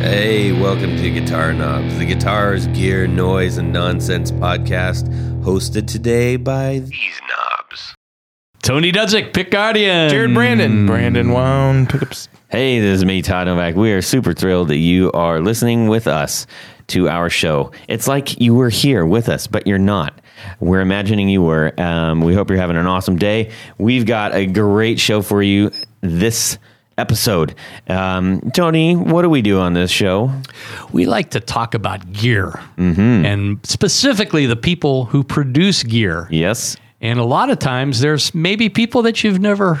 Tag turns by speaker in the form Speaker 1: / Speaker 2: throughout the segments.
Speaker 1: Hey, welcome to Guitar Knobs, the guitars, gear, noise, and nonsense podcast, hosted today by these knobs.
Speaker 2: Tony Dudzik, Pick Guardian.
Speaker 3: Jared
Speaker 4: Hmm.
Speaker 3: Brandon. Brandon Wound pickups.
Speaker 4: Hey, this is me, Todd Novak. We are super thrilled that you are listening with us to our show. It's like you were here with us, but you're not. We're imagining you were. Um, we hope you're having an awesome day. We've got a great show for you this episode. Um, Tony, what do we do on this show?
Speaker 2: We like to talk about gear
Speaker 4: Mm-hmm.
Speaker 2: and specifically the people who produce gear.
Speaker 4: Yes.
Speaker 2: And a lot of times there's maybe people that you've never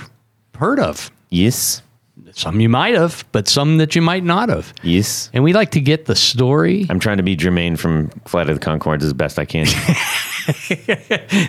Speaker 2: heard of.
Speaker 4: Yes.
Speaker 2: Some you might have, but some that you might not have.
Speaker 4: Yes.
Speaker 2: And we like to get the story.
Speaker 4: I'm trying to be Jermaine from Flight of the Concords as best I can.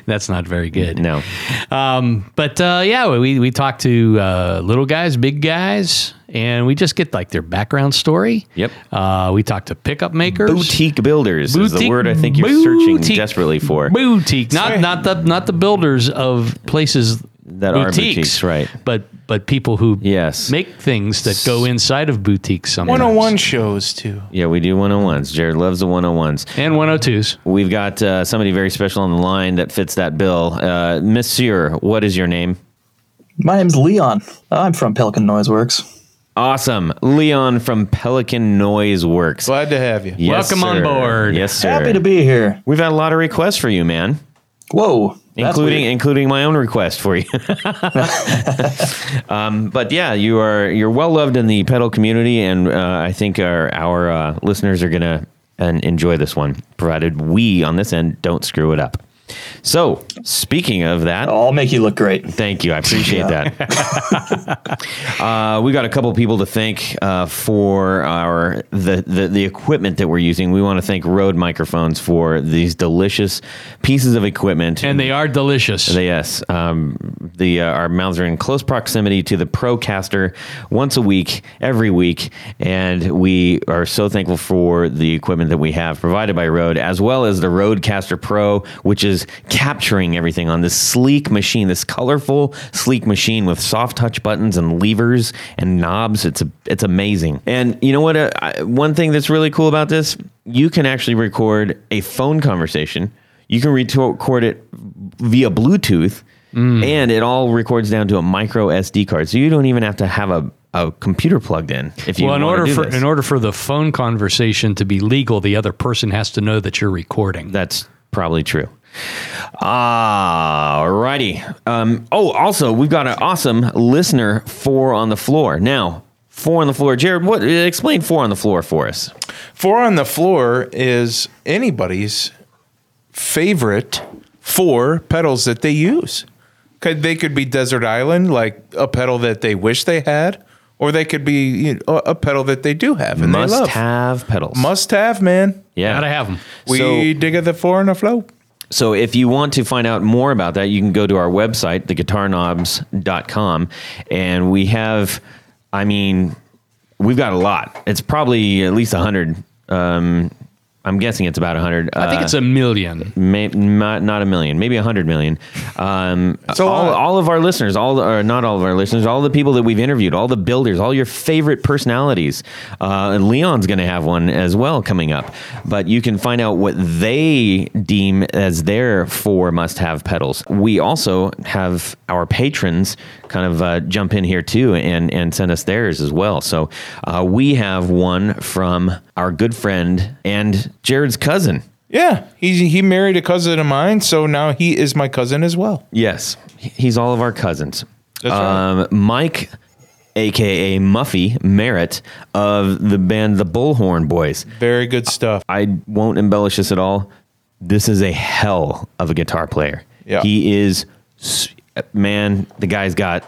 Speaker 2: That's not very good.
Speaker 4: no.
Speaker 2: Um, but uh, yeah, we, we talk to uh, little guys, big guys, and we just get like their background story.
Speaker 4: Yep.
Speaker 2: Uh, we talk to pickup makers.
Speaker 4: Boutique builders is the
Speaker 2: Boutique-
Speaker 4: word I think you're searching
Speaker 2: boutique-
Speaker 4: desperately for.
Speaker 2: boutique, not not the not the builders of places
Speaker 4: That are boutiques, right.
Speaker 2: But but people who
Speaker 4: Yes.
Speaker 2: make things that go inside of boutiques. Sometimes
Speaker 3: 101 shows too.
Speaker 4: Yeah, we do 101s. Jared loves the 101s.
Speaker 2: and one hundred twos.
Speaker 4: We've got uh, somebody very special on the line that fits that bill. Uh, Monsieur, what is your name?
Speaker 5: My name's Leon. I'm from Pelican Noise Works.
Speaker 4: Awesome. Leon from Pelican Noise Works.
Speaker 3: Glad to have you.
Speaker 4: Yes,
Speaker 2: Welcome on
Speaker 4: sir.
Speaker 2: board.
Speaker 4: Yes, sir.
Speaker 5: Happy to be here.
Speaker 4: We've had a lot of requests for you, man,
Speaker 5: Whoa. that's
Speaker 4: including
Speaker 5: weird.
Speaker 4: including my own request for you. um, but yeah, you are you're well loved in the pedal community, and uh, I think our our uh, listeners are gonna and enjoy this one, provided we on this end don't screw it up. So, speaking of that,
Speaker 5: I'll make you look great.
Speaker 4: Thank you. I appreciate that. uh, we got a couple people to thank uh, for our the, the the equipment that we're using. We want to thank Rode microphones for these delicious pieces of equipment.
Speaker 2: And they are delicious.
Speaker 4: They- yes, um, the uh, our mouths are in close proximity to the Procaster once a week, every week, and we are so thankful for the equipment that we have provided by Rode, as well as the Rodecaster Pro, which is capturing everything on this sleek machine, this colorful, sleek machine with soft touch buttons and levers and knobs. It's a, it's amazing. And you know what? Uh, I, one thing that's really cool about this, you can actually record a phone conversation. You can record it via Bluetooth,
Speaker 2: Mm.
Speaker 4: and it all records down to a micro SD card. So you don't even have to have a, a computer plugged in. If you
Speaker 2: well, in
Speaker 4: wanna
Speaker 2: order
Speaker 4: do
Speaker 2: for
Speaker 4: this.
Speaker 2: in order for the phone conversation to be legal, the other person has to know that you're recording.
Speaker 4: that's probably true. Alrighty. Um, oh, also, we've got an awesome listener four on the floor now. Four on the floor, Jared. What? Explain four on the floor for us.
Speaker 3: Four on the floor is anybody's favorite four pedals that they use. Could they could be Desert Island, like a pedal that they wish they had, or they could be you know, a pedal that they do have and they
Speaker 4: Must
Speaker 3: love.
Speaker 4: have pedals.
Speaker 3: Must have, man.
Speaker 4: Yeah. Uh,
Speaker 2: Gotta have them.
Speaker 3: We
Speaker 4: So-
Speaker 3: dig at the four on the floor.
Speaker 4: So if you want to find out more about that, you can go to our website, theguitarknobs.com, and we have, I mean, we've got a lot. It's probably at least 100. Um, I'm guessing it's about 100.
Speaker 2: I think it's a million.
Speaker 4: May, not not a million, maybe a hundred million. Um,
Speaker 3: So,
Speaker 4: all,
Speaker 3: uh,
Speaker 4: all of our listeners, all or not all of our listeners, all the people that we've interviewed, all the builders, all your favorite personalities. Uh, and Leon's going to have one as well coming up, but you can find out what they deem as their four must-have pedals. We also have our patrons kind of uh, jump in here too and and send us theirs as well. So uh, we have one from our good friend and Jared's cousin.
Speaker 3: Yeah, he he married a cousin of mine, so now he is my cousin as well.
Speaker 4: Yes, he's all of our cousins.
Speaker 3: That's
Speaker 4: um, Mike, aka Muffy Merritt of the band The Bullhorn Boys.
Speaker 3: Very good stuff.
Speaker 4: I won't embellish this at all. This is a hell of a guitar player.
Speaker 3: Yeah.
Speaker 4: He is, s- man, the guy's got,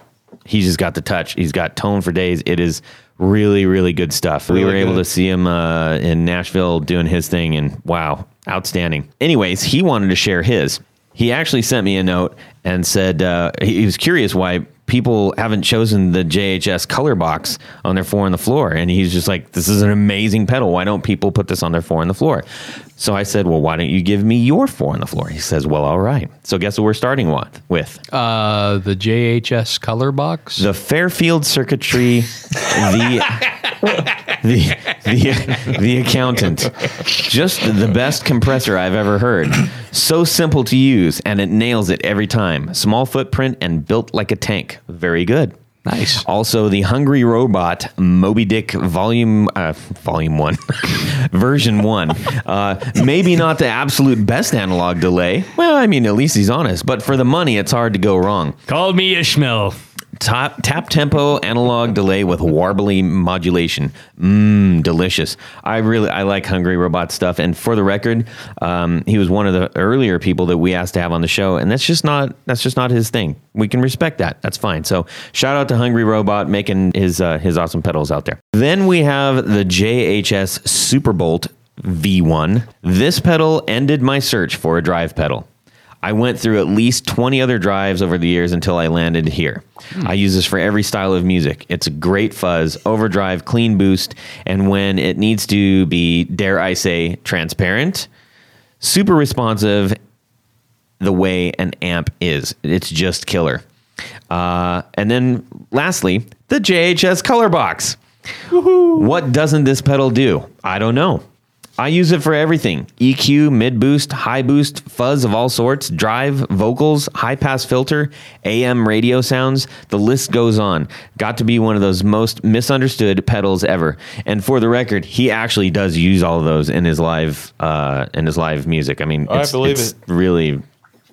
Speaker 4: he's just got the touch. He's got tone for days. It is really, really good stuff. we
Speaker 3: Really
Speaker 4: were able
Speaker 3: good.
Speaker 4: to see him uh, in Nashville doing his thing, and wow, outstanding. Anyways, he wanted to share his. He actually sent me a note and said uh, he he was curious why people haven't chosen the JHS color box on their four on the floor. And he's just like, this is an amazing pedal. Why don't people put this on their four on the floor? So I said, well, why don't you give me your four on the floor? He says, well, all right. So guess what we're starting with? with?
Speaker 2: Uh, the JHS color box.
Speaker 4: the Fairfield Circuitry, the the the the accountant. Just the best compressor I've ever heard. So simple to use, and it nails it every time. Small footprint and built like a tank. Very good.
Speaker 2: Nice.
Speaker 4: Also, the Hungry Robot Moby Dick Volume uh, Volume One, Version One. Uh, maybe not the absolute best analog delay. Well, I mean, at least he's honest. But for the money, it's hard to go wrong
Speaker 2: Call me Ishmael.
Speaker 4: top tap tempo analog delay with warbly modulation. Mmm, delicious. I really I like Hungry Robot stuff. And for the record, um, he was one of the earlier people that we asked to have on the show, and that's just not that's just not his thing. We can respect that. That's fine. So shout out to Hungry Robot making his uh, his awesome pedals out there. Then we have the JHS Superbolt V1. This pedal ended my search for a drive pedal. I went through at least 20 other drives over the years until I landed here. I use this for every style of music. It's a great fuzz, overdrive, clean boost, and when it needs to be, dare I say, transparent, super responsive the way an amp is. It's just killer. Uh, and then lastly, the JHS color box. What doesn't this pedal do? I don't know. I use it for everything EQ, mid boost, high boost, fuzz of all sorts, drive, vocals, high pass filter, AM radio sounds. The list goes on. Got to be one of those most misunderstood pedals ever. And for the record, he actually does use all of those in his live uh, in his live music. I mean,
Speaker 3: I believe
Speaker 4: it's
Speaker 3: it.
Speaker 4: really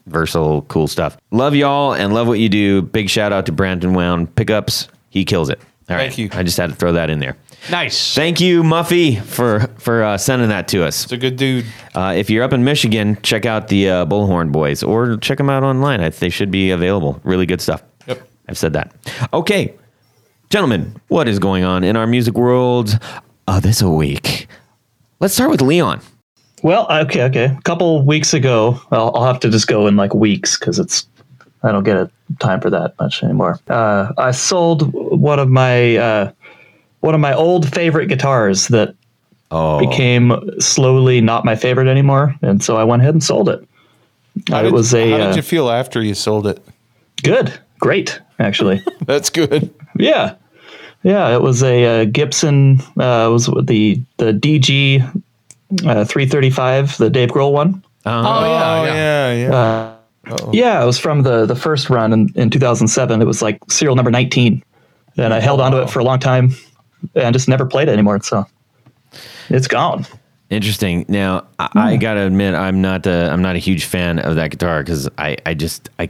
Speaker 4: versatile, cool stuff. Love y'all and love what you do. Big shout out to Brandon Wound Pickups. He kills it. All right.
Speaker 3: Thank you.
Speaker 4: I just had to throw that in there.
Speaker 2: Nice.
Speaker 4: Thank you, Muffy, for for uh, sending that to us.
Speaker 3: It's a good dude.
Speaker 4: Uh, if you're up in Michigan, check out the uh, Bullhorn Boys or check them out online. I, they should be available. Really good stuff.
Speaker 3: Yep.
Speaker 4: I've said that. Okay, gentlemen, what is going on in our music world uh, this week? Let's start with Leon.
Speaker 5: Well, okay, okay. A couple weeks ago, I'll, I'll have to just go in like weeks because it's I don't get a time for that much anymore. Uh, I sold one of my uh, one of my old favorite guitars that
Speaker 4: Oh,
Speaker 5: became slowly not my favorite anymore, and so I went ahead and sold it. Uh,
Speaker 3: did-
Speaker 5: it was a
Speaker 3: How
Speaker 5: uh,
Speaker 3: did you feel after you sold it?
Speaker 5: good, great, actually.
Speaker 3: That's good.
Speaker 5: Yeah, yeah. It was a uh, Gibson. Uh, it was the the DG uh, three thirty five, the Dave Grohl one.
Speaker 2: Oh,
Speaker 3: Oh yeah, yeah.
Speaker 5: Yeah, it was from the the first run in, in two thousand seven. It was like serial number nineteen, and I held onto it for a long time, and just never played it anymore. So it's gone.
Speaker 4: Interesting. Now, I, I gotta admit, I'm not a, I'm not a huge fan of that guitar because I, I just I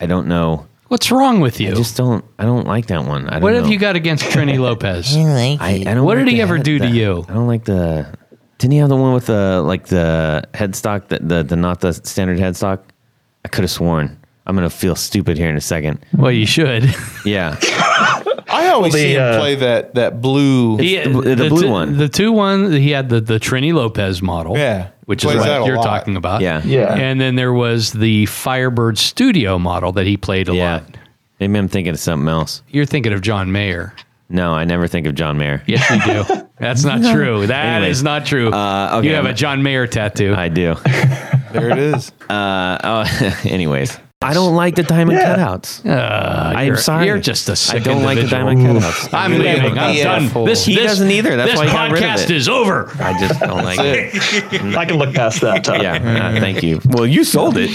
Speaker 4: I don't know.
Speaker 2: What's wrong with you?
Speaker 4: I just don't I don't like that one. I don't
Speaker 2: what have
Speaker 4: know.
Speaker 2: you got against Trini Lopez?
Speaker 4: I, I don't.
Speaker 2: What did he
Speaker 4: the
Speaker 2: ever
Speaker 4: head-
Speaker 2: do to
Speaker 4: the-
Speaker 2: you?
Speaker 4: I don't like the. Didn't he have the one with the like the headstock that the, the not the standard headstock? I could have sworn. I'm gonna feel stupid here in a second.
Speaker 2: well, you should.
Speaker 4: Yeah,
Speaker 3: I always
Speaker 5: Well, the,
Speaker 3: see him
Speaker 5: uh,
Speaker 3: play that that blue.
Speaker 2: He-
Speaker 4: the- the blue
Speaker 2: two-
Speaker 4: one.
Speaker 2: The two one he had the the Trini Lopez model.
Speaker 3: Yeah.
Speaker 2: Which
Speaker 3: Plays
Speaker 2: is
Speaker 3: that
Speaker 2: what
Speaker 3: a
Speaker 2: you're
Speaker 3: lot.
Speaker 2: talking about.
Speaker 4: yeah,
Speaker 5: Yeah.
Speaker 2: And then there was the Firebird Studio model that he played a
Speaker 4: yeah.
Speaker 2: lot.
Speaker 4: Maybe I'm thinking of something else.
Speaker 2: You're thinking of John Mayer.
Speaker 4: No, I never think of John Mayer.
Speaker 2: Yes, you do. That's not true. That is
Speaker 4: Anyways,
Speaker 2: not true.
Speaker 4: uh, okay,
Speaker 2: you have
Speaker 4: I'm-
Speaker 2: a John Mayer tattoo.
Speaker 4: I do.
Speaker 3: there it is.
Speaker 4: Oh, anyways, I don't like the diamond cutouts. I'm
Speaker 2: Uh, You're-
Speaker 4: sorry.
Speaker 2: You're just a sick
Speaker 4: I don't like the
Speaker 2: individual.
Speaker 4: diamond cutouts.
Speaker 2: I'm
Speaker 3: You're
Speaker 2: leaving.
Speaker 3: like
Speaker 2: I'm
Speaker 3: the
Speaker 2: done.
Speaker 3: asshole.
Speaker 2: This,
Speaker 4: He
Speaker 2: this-
Speaker 4: doesn't either. That's
Speaker 2: this
Speaker 4: why he got rid of
Speaker 2: podcast
Speaker 4: it.
Speaker 2: is over.
Speaker 4: I just don't like it.
Speaker 5: I can look past that. Todd.
Speaker 4: Yeah, uh, thank you. Well, you sold it.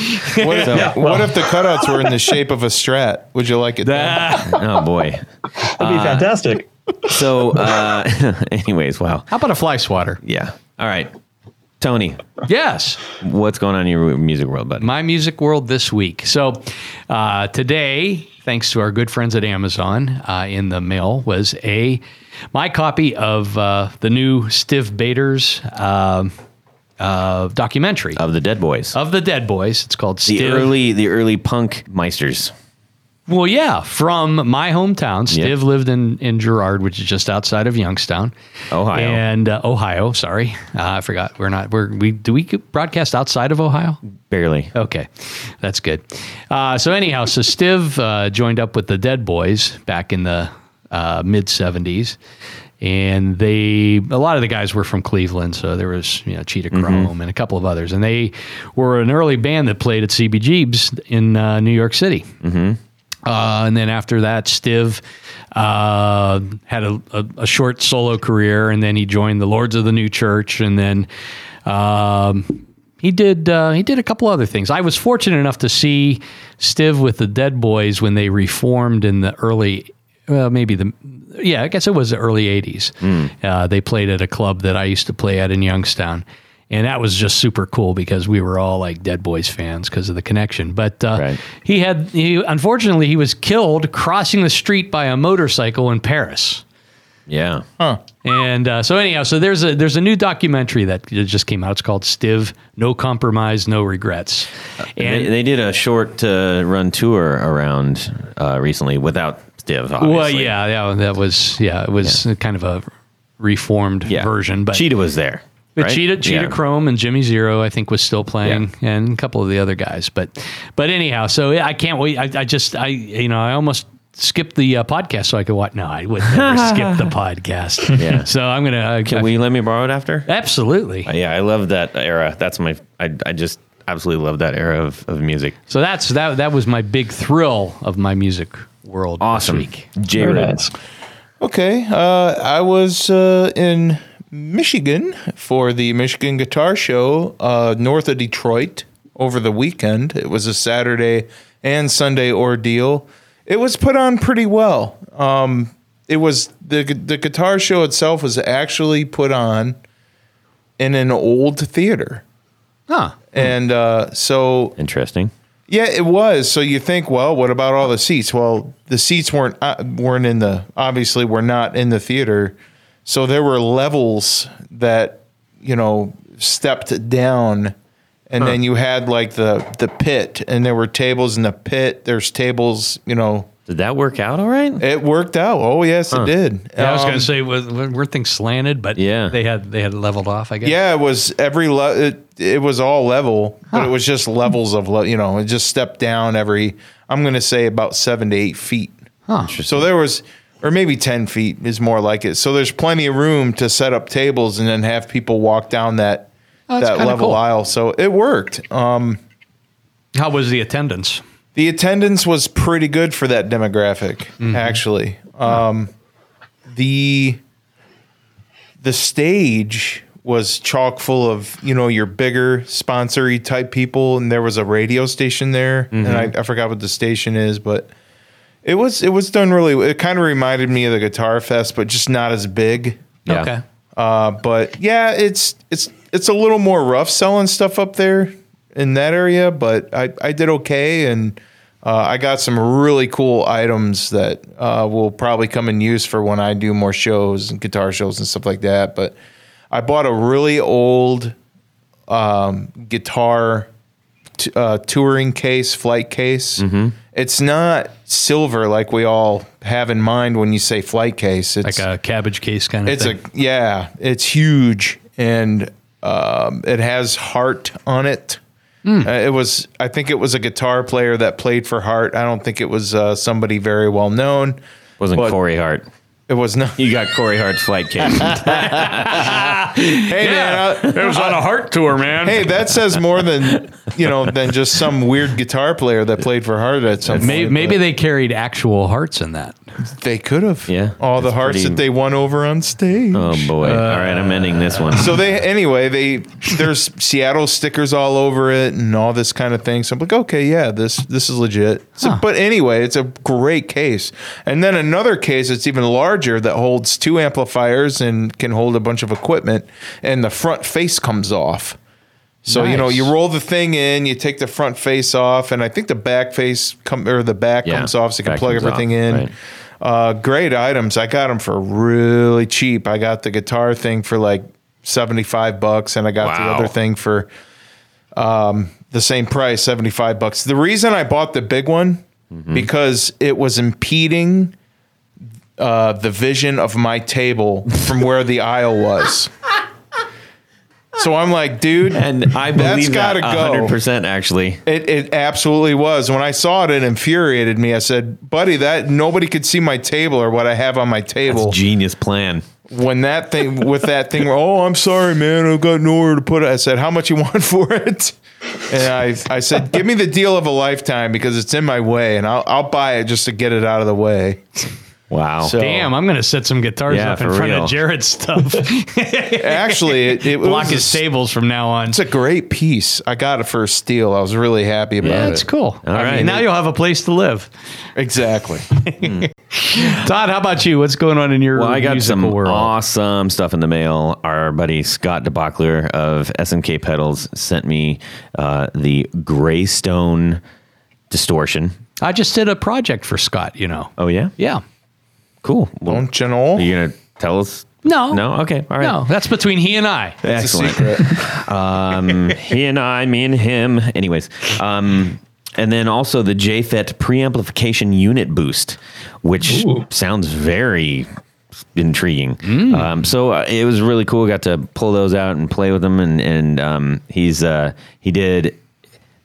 Speaker 3: What if, what if the cutouts were in the shape of a strat? Would you like it? then?
Speaker 4: Oh boy.
Speaker 5: that'd be fantastic.
Speaker 4: So, uh, anyways, wow.
Speaker 2: How about a fly swatter?
Speaker 4: Yeah. All right. Tony,
Speaker 2: Yes.
Speaker 4: what's going on in your music world, buddy?
Speaker 2: my music world this week. So uh, today, thanks to our good friends at Amazon, uh, in the mail was a my copy of uh, the new Stiv Bader's um uh, documentary
Speaker 4: Of the Dead Boys.
Speaker 2: of the Dead Boys. It's called
Speaker 4: the
Speaker 2: Stiv.
Speaker 4: early the early punk meisters.
Speaker 2: Well, yeah, from my hometown. Stiv
Speaker 4: Yeah.
Speaker 2: lived in in Girard, which is just outside of Youngstown,
Speaker 4: Ohio.
Speaker 2: and uh, Ohio. Sorry, uh, I forgot. We're not. We're we do we broadcast outside of Ohio?
Speaker 4: Barely.
Speaker 2: Okay, that's good. Uh, so anyhow, so Stiv uh, joined up with the Dead Boys back in the uh, mid '70s, and they a lot of the guys were from Cleveland. So there was you know Cheetah Chrome and a couple of others, and they were an early band that played at CBGB's in uh, New York City. Uh, and then after that, Stiv uh, had a, a, a short solo career, and then he joined the Lords of the New Church, and then um, he did uh, he did a couple other things. I was fortunate enough to see Stiv with the Dead Boys when they reformed in the early, well, maybe the yeah, I guess it was the early '80s. Uh, they played at a club that I used to play at in Youngstown. And that was just super cool because we were all like Dead Boys fans because of the connection. But uh,
Speaker 4: Right.
Speaker 2: he had, he, unfortunately, he was killed crossing the street by a motorcycle in Paris.
Speaker 4: Yeah.
Speaker 2: And uh, so anyhow, so there's a there's a new documentary that just came out. It's called Stiv: No Compromise, No Regrets.
Speaker 4: They,
Speaker 2: And
Speaker 4: they did a short uh, run tour around uh, recently without Stiv. Obviously.
Speaker 2: well, yeah, yeah, that was yeah, it was kind of a reformed
Speaker 4: Yeah.
Speaker 2: version, but
Speaker 4: Cheetah was there.
Speaker 2: But
Speaker 4: right?
Speaker 2: Cheetah, Cheetah
Speaker 4: Yeah.
Speaker 2: Chrome and Jimmy Zero, I think, was still playing, and a couple of the other guys. But, but anyhow, so I can't wait. I, I just, I, you know, I almost skipped the uh, podcast so I could watch. No, I would never skip the podcast.
Speaker 4: Yeah.
Speaker 2: So I'm gonna. Uh,
Speaker 4: Can we let me borrow it after? Uh,
Speaker 2: Absolutely.
Speaker 4: Yeah, I love that era. That's my. I, I just absolutely love that era of, of music.
Speaker 2: So that's that. That was my big thrill of my music world. this
Speaker 4: Awesome.
Speaker 2: week.
Speaker 4: J
Speaker 5: Very
Speaker 4: Red.
Speaker 5: nice.
Speaker 3: Okay, uh, I was uh, in Michigan for the Michigan Guitar Show uh, north of Detroit over the weekend. It was a Saturday and Sunday ordeal. It was put on pretty well. Um, it was the the guitar show itself was actually put on in an old theater,
Speaker 2: Huh.
Speaker 3: and uh, so
Speaker 4: Interesting.
Speaker 3: yeah, it was. So you think, well, what about all the seats? Well, the seats weren't uh, weren't in the obviously were not in the theater, so there were levels that you know stepped down, and then you had like the the pit, and there were tables in the pit. There's tables, you know.
Speaker 4: Did that work out all right?
Speaker 3: It worked out. Oh yes, it did.
Speaker 2: Yeah, I was
Speaker 3: Um,
Speaker 2: gonna say was, were things slanted, but
Speaker 4: Yeah.
Speaker 2: they had they had leveled off. I guess.
Speaker 3: Yeah, it was every le- it, it was all level, but it was just levels of le- you know, it just stepped down every I'm going to say about 7 to 8 feet. So there was or maybe 10 feet is more like it. So there's plenty of room to set up tables and then have people walk down that
Speaker 2: Oh, that's
Speaker 3: that
Speaker 2: kinda
Speaker 3: level
Speaker 2: cool.
Speaker 3: aisle. So it worked. Um
Speaker 2: How was the attendance?
Speaker 3: the attendance was pretty good for that demographic, actually. Um, the the stage was chock full of you know your bigger sponsory type people, and there was a radio station there, and I, I forgot what the station is, but it was it was done really. It kind of reminded me of the Guitar Fest, but just not as big.
Speaker 4: Yeah.
Speaker 2: Okay.
Speaker 3: Uh, but yeah, it's it's it's a little more rough selling stuff up there in that area, but I, I did okay and uh, I got some really cool items that uh, will probably come in use for when I do more shows and guitar shows and stuff like that. But I bought a really old um, guitar t- uh, touring case, flight case. It's not silver like we all have in mind when you say flight case. It's
Speaker 2: Like a cabbage case kind of
Speaker 3: it's
Speaker 2: thing.
Speaker 3: a yeah, it's huge and um, it has heart on it.
Speaker 4: Hmm.
Speaker 3: Uh, it was I think it was a guitar player that played for Heart. I don't think it was uh, somebody very well known.
Speaker 4: Wasn't
Speaker 3: But-
Speaker 4: Corey Hart?
Speaker 3: It was not.
Speaker 4: You got Corey Hart's flight case.
Speaker 3: Hey man, I-
Speaker 2: it was on a heart tour, man.
Speaker 3: hey, that says more than you know than just some weird guitar player that played for Heart at some
Speaker 2: Maybe,
Speaker 3: point.
Speaker 2: maybe they carried actual hearts in that.
Speaker 3: but they could have.
Speaker 4: Yeah,
Speaker 3: all the
Speaker 4: it's
Speaker 3: hearts
Speaker 4: pretty-
Speaker 3: that they won over on stage.
Speaker 4: oh boy!
Speaker 2: Uh,
Speaker 4: all right, I'm ending this one.
Speaker 3: so they anyway they there's Seattle stickers all over it and all this kind of thing. So I'm like, okay, yeah, this this is legit. So, But anyway, it's a great case. And then another case that's even larger that holds two amplifiers and can hold a bunch of equipment, and the front face comes off. So you know
Speaker 2: Nice.
Speaker 3: you roll the thing in, you take the front face off, and I think the back face come or the back
Speaker 4: Yeah,
Speaker 3: comes off, so you can
Speaker 4: back
Speaker 3: plug
Speaker 4: comes
Speaker 3: everything
Speaker 4: off,
Speaker 3: in.
Speaker 4: right.
Speaker 3: Uh, great items. I got them for really cheap. I got the guitar thing for like 75 bucks and I got the
Speaker 4: Wow.
Speaker 3: other thing for um, the same price, 75 bucks. The reason I bought the big one
Speaker 4: Mm-hmm.
Speaker 3: because it was impeding uh, the vision of my table from where the aisle was. So I'm like, dude,
Speaker 4: and I believe that
Speaker 3: gotta go.
Speaker 4: 100% actually.
Speaker 3: it, it absolutely was. When I saw it, it infuriated me. I said, buddy, that nobody could see my table or what I have on my table.
Speaker 4: Genius plan.
Speaker 3: when that thing with that thing, oh, I'm sorry, man, I've got nowhere to put it. I said, how much you want for it? And I, I said, give me the deal of a lifetime because it's in my way, and I'll, I'll buy it just to get it out of the way.
Speaker 4: Wow.
Speaker 3: So
Speaker 2: Damn, I'm going to set some guitars
Speaker 4: Oh. Yeah,
Speaker 2: up in
Speaker 4: for
Speaker 2: front
Speaker 4: real.
Speaker 2: of Jared's stuff.
Speaker 3: actually, it, it
Speaker 2: Block
Speaker 3: was a
Speaker 2: his
Speaker 3: s-
Speaker 2: tables from now on.
Speaker 3: It's a great piece. I got it for a steal. I was really happy about
Speaker 2: Yeah,
Speaker 3: it.
Speaker 2: that's cool.
Speaker 4: All
Speaker 2: I mean,
Speaker 4: right.
Speaker 2: now you'll have a place to live.
Speaker 3: Exactly.
Speaker 2: Todd, how about you? What's going on in your
Speaker 4: Well, I got
Speaker 2: musical
Speaker 4: some
Speaker 2: world?
Speaker 4: awesome stuff in the mail. Our buddy Scott DeBockler of SMK Pedals sent me uh, the Greystone distortion.
Speaker 2: I just did a project for Scott, you know.
Speaker 4: Oh yeah,
Speaker 2: Yeah.
Speaker 4: cool. Well,
Speaker 3: Don't you know?
Speaker 4: are you gonna tell us?
Speaker 2: No.
Speaker 4: No. Okay. All right.
Speaker 2: No, that's between he and I.
Speaker 3: It's a
Speaker 4: Excellent.
Speaker 3: secret.
Speaker 4: he and I, me and him. Anyways, um, and then also the JFET preamplification unit boost, which sounds very intriguing.
Speaker 2: Mm.
Speaker 4: Um, so uh, it was really cool. Got to pull those out and play with them, and and um, he's uh, he did.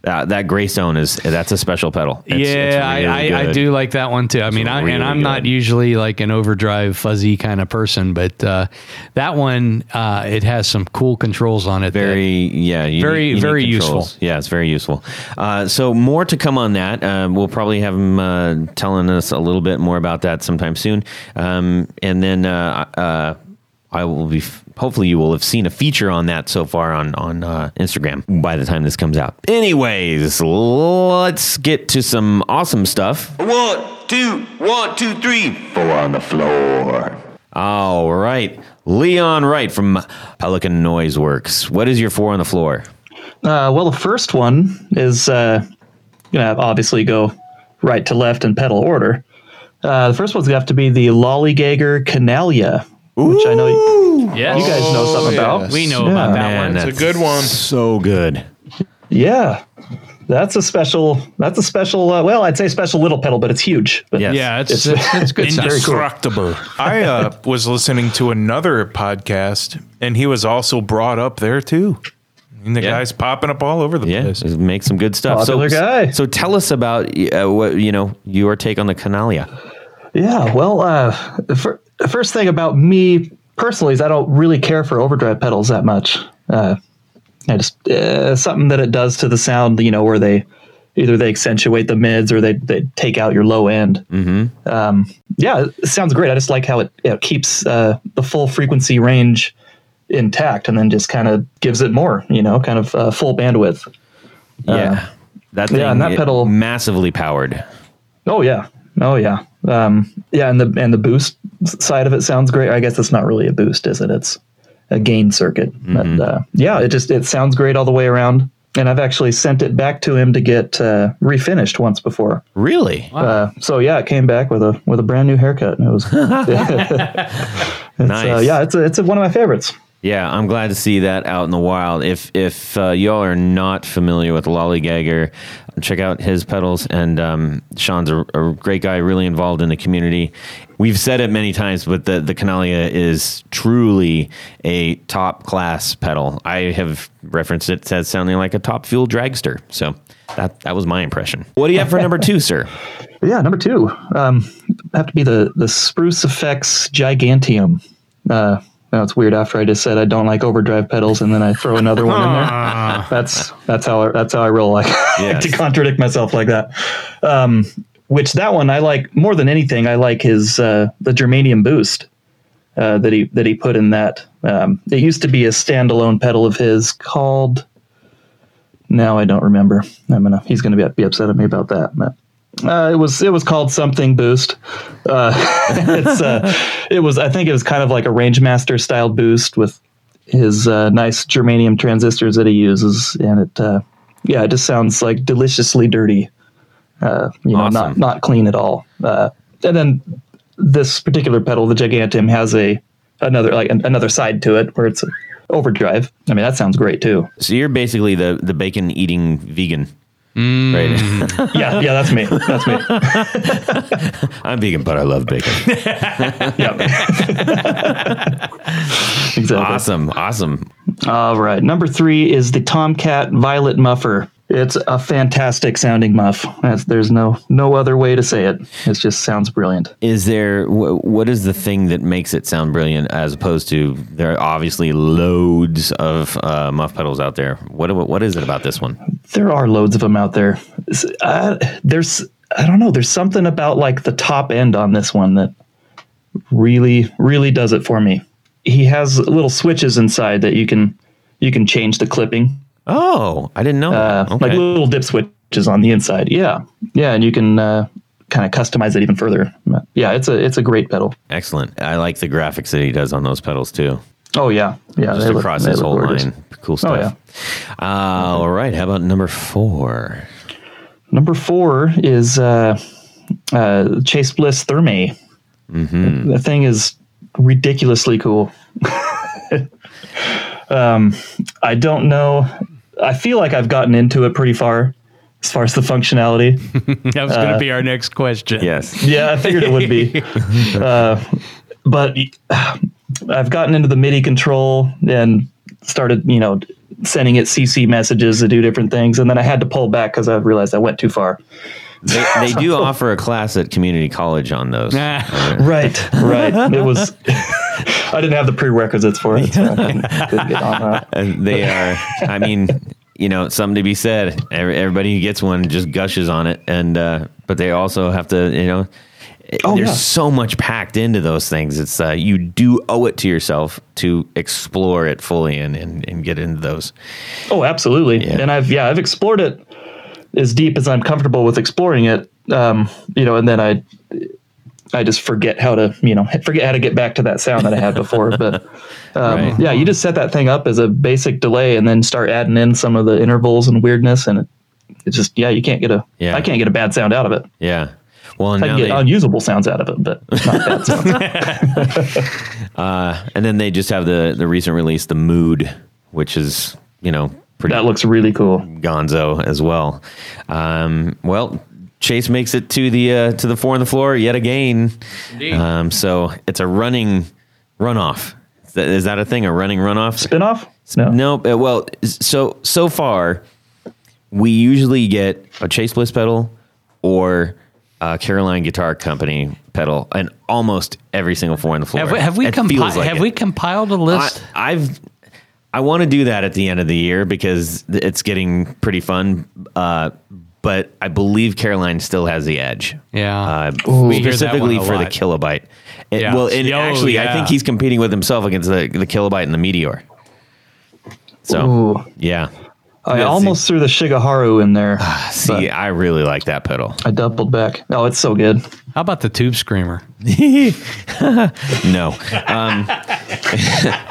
Speaker 4: Uh, that Greystone is that's a special pedal. It's- it's
Speaker 2: yeah,
Speaker 4: really
Speaker 2: I, I, I
Speaker 4: good.
Speaker 2: do like that one too. I mean, I,
Speaker 4: really
Speaker 2: and I'm not
Speaker 4: good.
Speaker 2: usually like an overdrive fuzzy kind of person, but uh, that one uh, it has some cool controls on it. that-
Speaker 4: very yeah you
Speaker 2: Very,
Speaker 4: need- you need
Speaker 2: very
Speaker 4: controls.
Speaker 2: useful.
Speaker 4: yeah it's very useful uh, so more to come on that uh, we'll probably have him uh, telling us a little bit more about that sometime soon um, and then uh, uh, I will be hopefully you will have seen a feature on that so far on on uh, Instagram by the time this comes out anyways let's get to some awesome stuff
Speaker 6: One, two, one, two, three, four on the floor.
Speaker 4: all right Leon Wright from Pelican Noise Works what is your four on the floor
Speaker 5: Uh, well, the first one is uh, gonna obviously go right to left in pedal order. Uh, the first one's gonna have to be the Lollygagger Canalia, which I know you,
Speaker 2: Yes.
Speaker 5: you guys know something about.
Speaker 2: Oh, we know
Speaker 5: Yeah.
Speaker 2: about that
Speaker 4: Man,
Speaker 2: one.
Speaker 3: It's
Speaker 4: that's
Speaker 3: a good one.
Speaker 4: so good
Speaker 5: Yeah, that's a special. That's a special. Uh, well, I'd say special little pedal, but it's huge. But
Speaker 4: Yes.
Speaker 2: Yeah, it's it's, it's, good. sound.
Speaker 3: I uh, was listening to another podcast, and he was also brought up there too. And the
Speaker 4: Yeah.
Speaker 3: guy's popping up all over the
Speaker 4: Yeah,
Speaker 3: place.
Speaker 4: just make some good stuff.
Speaker 5: Popular
Speaker 4: so,
Speaker 5: guy.
Speaker 4: So tell us about uh, what you know your take on the
Speaker 5: Uh,
Speaker 4: Canalia.
Speaker 5: Yeah, well, uh, the fir- the first thing about me personally is I don't really care for overdrive pedals that much. Uh, I just uh, something that it does to the sound, you know, where they either they accentuate the mids or they, they take out your low end. Mm-hmm. Um, yeah, it sounds great. I just like how it, it keeps uh, the full frequency range intact and then just kind of gives it more, you know, kind of uh, full bandwidth.
Speaker 4: yeah, that
Speaker 5: yeah,
Speaker 4: thing,
Speaker 5: and that
Speaker 4: it-
Speaker 5: pedal-
Speaker 4: massively powered.
Speaker 5: Oh yeah. Oh yeah. Um, yeah, and the and the boost s- side of it sounds great. I guess it's not really a boost, is it? It's a gain circuit. But uh, yeah, it just it sounds great all the way around. And I've actually sent it back to him to get uh, refinished once before.
Speaker 4: Really?
Speaker 5: Uh, so yeah, it came back with a with a brand new haircut. And it was
Speaker 4: nice.
Speaker 5: so yeah, it's a, it's a, one of my favorites.
Speaker 4: Yeah, I'm glad to see that out in the wild. If if uh, y'all are not familiar with Lollygagger, check out his pedals. And um, Sean's a, a great guy, really involved in the community. We've said it many times, but the the Canalia is truly a top class pedal. I have referenced it as sounding like a top fuel dragster. So that that was my impression. What do you have for number two, sir?
Speaker 5: Yeah, number two. Um, have to be the the Spruce Effects Gigantium. Uh, now it's weird. After I just said I don't like overdrive pedals, and then I throw another one in there. That's that's how I, that's how I roll. Like
Speaker 4: Yes.
Speaker 5: to contradict myself like that. Um, which that one I like more than anything. I like his uh, the germanium boost uh, that he that he put in that. Um, it used to be a standalone pedal of his called. Now I don't remember. I'm gonna. He's gonna be, be upset at me about that. But uh, it was it was called something boost. Uh, it's uh, it was I think it was kind of like a Rangemaster style boost with his uh, nice germanium transistors that he uses, and it uh, yeah, it just sounds like deliciously dirty. Uh, you know, not
Speaker 4: Awesome.
Speaker 5: not clean at all. Uh, and then this particular pedal, the Gigantium, has a another like an, another side to it where it's overdrive. I mean, that sounds great too.
Speaker 4: So you're basically the the bacon eating vegan. Right,
Speaker 5: Yeah, yeah, that's me. That's me.
Speaker 4: I'm vegan, but I love bacon.
Speaker 5: Yeah. exactly.
Speaker 4: Awesome, awesome.
Speaker 5: All right. Number three is the Tomcat Violet Muffer. It's a fantastic sounding muff. That's- There's no no other way to say it. It just sounds brilliant.
Speaker 4: Is there wh- what is the thing that makes it sound brilliant as opposed to there are obviously loads of uh, muff pedals out there? What what is it about this one?
Speaker 5: There are loads of them out there. S- I- there's I don't know. There's something about like the top end on this one that really really does it for me. He has little switches inside that you can you can change the clipping
Speaker 4: Oh, I didn't know.
Speaker 5: uh,
Speaker 4: that. Okay.
Speaker 5: like little dip switches on the inside. Yeah, yeah, and you can uh, kind of customize it even further. Yeah, it's a it's a great pedal.
Speaker 4: Excellent. I like the graphics that he does on those pedals too.
Speaker 5: Oh yeah, yeah.
Speaker 4: Just
Speaker 5: they look-
Speaker 4: across
Speaker 5: they
Speaker 4: his
Speaker 5: look
Speaker 4: whole
Speaker 5: gorgeous. Oh,
Speaker 4: line. Cool stuff. Uh, all right. How about number four?
Speaker 5: Number four is uh, uh, Chase Bliss Thermae.
Speaker 4: Mm-hmm.
Speaker 5: The thing is ridiculously cool. um, I don't know. I feel like I've gotten into it pretty far as far as the functionality.
Speaker 2: That was
Speaker 4: Uh,
Speaker 2: going to be our next question.
Speaker 4: Yes.
Speaker 5: yeah, I figured it would be. Uh, but uh, I've gotten into the MIDI control and started, you know, sending it CC messages to do different things. And then I had to pull back because I realized I went too far.
Speaker 4: They, they do offer a class at community college on those.
Speaker 5: Right, right. It was. I didn't have the prerequisites for it. So I didn't, didn't get on that.
Speaker 4: And Uh, they are i mean you know something to be said Every, everybody who gets one just gushes on it and uh but they also have to you know
Speaker 5: Oh,
Speaker 4: there's
Speaker 5: yeah.
Speaker 4: so much packed into those things it's uh you do owe it to yourself to explore it fully and and, and get into those
Speaker 5: Oh, absolutely.
Speaker 4: Yeah.
Speaker 5: And I've yeah, I've explored it as deep as I'm comfortable with exploring it. Um, you know, and then I I just forget how to you know forget how to get back to that sound that I had before. But um,
Speaker 4: Right.
Speaker 5: yeah, you just set that thing up as a basic delay, and then start adding in some of the intervals and weirdness, and it, it's just yeah, you can't get a
Speaker 4: Yeah.
Speaker 5: I can't get a bad sound out of it.
Speaker 4: yeah well and
Speaker 5: I
Speaker 4: now
Speaker 5: can get
Speaker 4: they,
Speaker 5: unusable sounds out of it, but not bad sounds.
Speaker 4: and then they just have the the recent release the mood which is you know pretty
Speaker 5: that looks really cool.
Speaker 4: Gonzo as well. Um, well, Chase makes it to the uh, to the four on the floor yet again. Um, so it's a running runoff. Is that- Is that a thing? A running runoff?
Speaker 5: Spinoff? No.
Speaker 4: No. uh, Well, s- so so far, we usually get a Chase Bliss pedal or a Caroline Guitar Company pedal, and almost every single four on the floor.
Speaker 2: Have we, have we,
Speaker 4: It
Speaker 2: compi-
Speaker 4: feels like
Speaker 2: have
Speaker 4: it.
Speaker 2: we compiled a list?
Speaker 4: I, I've I want to do that at the end of the year because th- it's getting pretty fun. Uh, but I believe Caroline still has the edge.
Speaker 2: Yeah.
Speaker 4: Uh,
Speaker 2: We hear that
Speaker 4: specifically
Speaker 2: one a
Speaker 4: for the
Speaker 2: lot.
Speaker 4: kilobyte. It-
Speaker 2: Yeah.
Speaker 4: Well, and
Speaker 2: Yo,
Speaker 4: actually, I
Speaker 2: yeah.
Speaker 4: think he's competing with himself against the, the kilobyte and the meteor. So
Speaker 5: Ooh.
Speaker 4: yeah,
Speaker 5: I
Speaker 4: Yeah, see-
Speaker 5: almost threw the Shigeharu in there.
Speaker 4: see, I really like that pedal.
Speaker 5: I doubled back. Oh, it's so good.
Speaker 2: How about the tube screamer?
Speaker 4: No, um,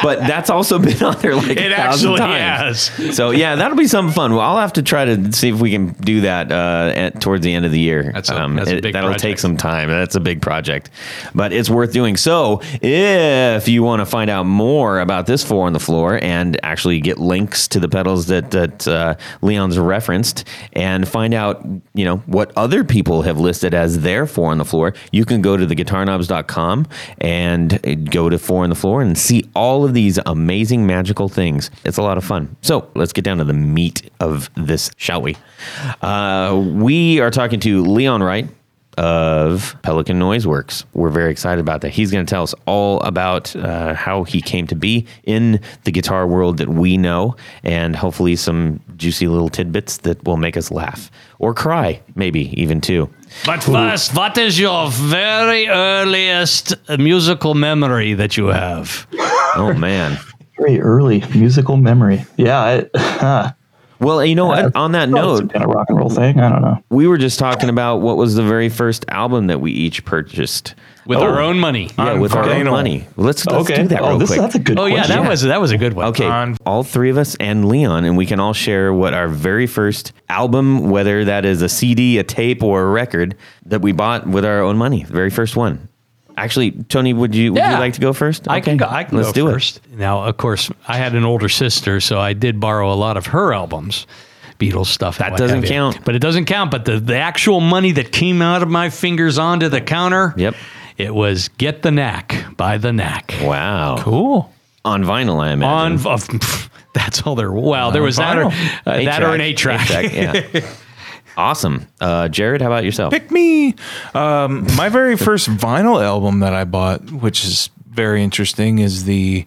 Speaker 4: but that's also been on there like a thousand times. So yeah, that'll be some fun. Well, I'll have to try to see if we can do that uh, at, towards the end of the year. Um,
Speaker 2: That's a- that's a big
Speaker 4: that'll
Speaker 2: project.
Speaker 4: take some time. That's a big project, but it's worth doing. So if you want to find out more about this four on the floor and actually get links to the pedals that that uh, Leon's referenced and find out you know what other people have listed as their four on the floor, you can go to the guitarknobs.com and go to four on the floor and see all of these amazing magical things. It's a lot of fun. So let's get down to the meat of this, shall we? Uh, we are talking to Leon Wright of Pelican Noise Works. We're very excited about that. He's going to tell us all about uh, how he came to be in the guitar world that we know, and hopefully some juicy little tidbits that will make us laugh or cry, maybe even too.
Speaker 2: But first, what is your very earliest musical memory that you have?
Speaker 4: Oh man.
Speaker 5: Very early musical memory. Yeah, I, huh.
Speaker 4: Well, you know what? On that
Speaker 5: Probably
Speaker 4: note,
Speaker 5: some kind of rock and roll thing. I don't know.
Speaker 4: we were just talking about what was the very first album that we each purchased. Oh.
Speaker 2: With our own money.
Speaker 4: Yeah, with our own
Speaker 3: vinyl.
Speaker 4: money. Let's, let's
Speaker 5: okay.
Speaker 4: do that
Speaker 5: oh,
Speaker 4: real
Speaker 5: this,
Speaker 4: quick.
Speaker 5: that's a good.
Speaker 2: oh, yeah,
Speaker 5: question.
Speaker 2: that was that was a good one.
Speaker 4: Okay,
Speaker 3: on-
Speaker 4: all three of us and Leon, and we can all share what our very first album, whether that is a CD, a tape, or a record that we bought with our own money, the very first one. Actually, Tony, would you would
Speaker 2: Yeah.
Speaker 4: you like to go first?
Speaker 2: I can go, I can
Speaker 4: Let's
Speaker 2: go
Speaker 4: do
Speaker 2: first. Now, of course, I had an older sister, so I did borrow a lot of her albums, Beatles stuff. That
Speaker 4: doesn't count.
Speaker 2: But it doesn't count. But the, the actual money that came out of my fingers onto the counter,
Speaker 4: Yep.
Speaker 2: it was Get the Knack by the Knack.
Speaker 4: it. Wow,
Speaker 2: Cool.
Speaker 4: on vinyl, I imagine.
Speaker 2: On, uh, of- That's all there. Well, there was that or, uh, that or an eight track.
Speaker 4: yeah. awesome. Uh, Jared, how about yourself?
Speaker 3: Pick me. Um, my very first vinyl album that I bought, which is very interesting, is the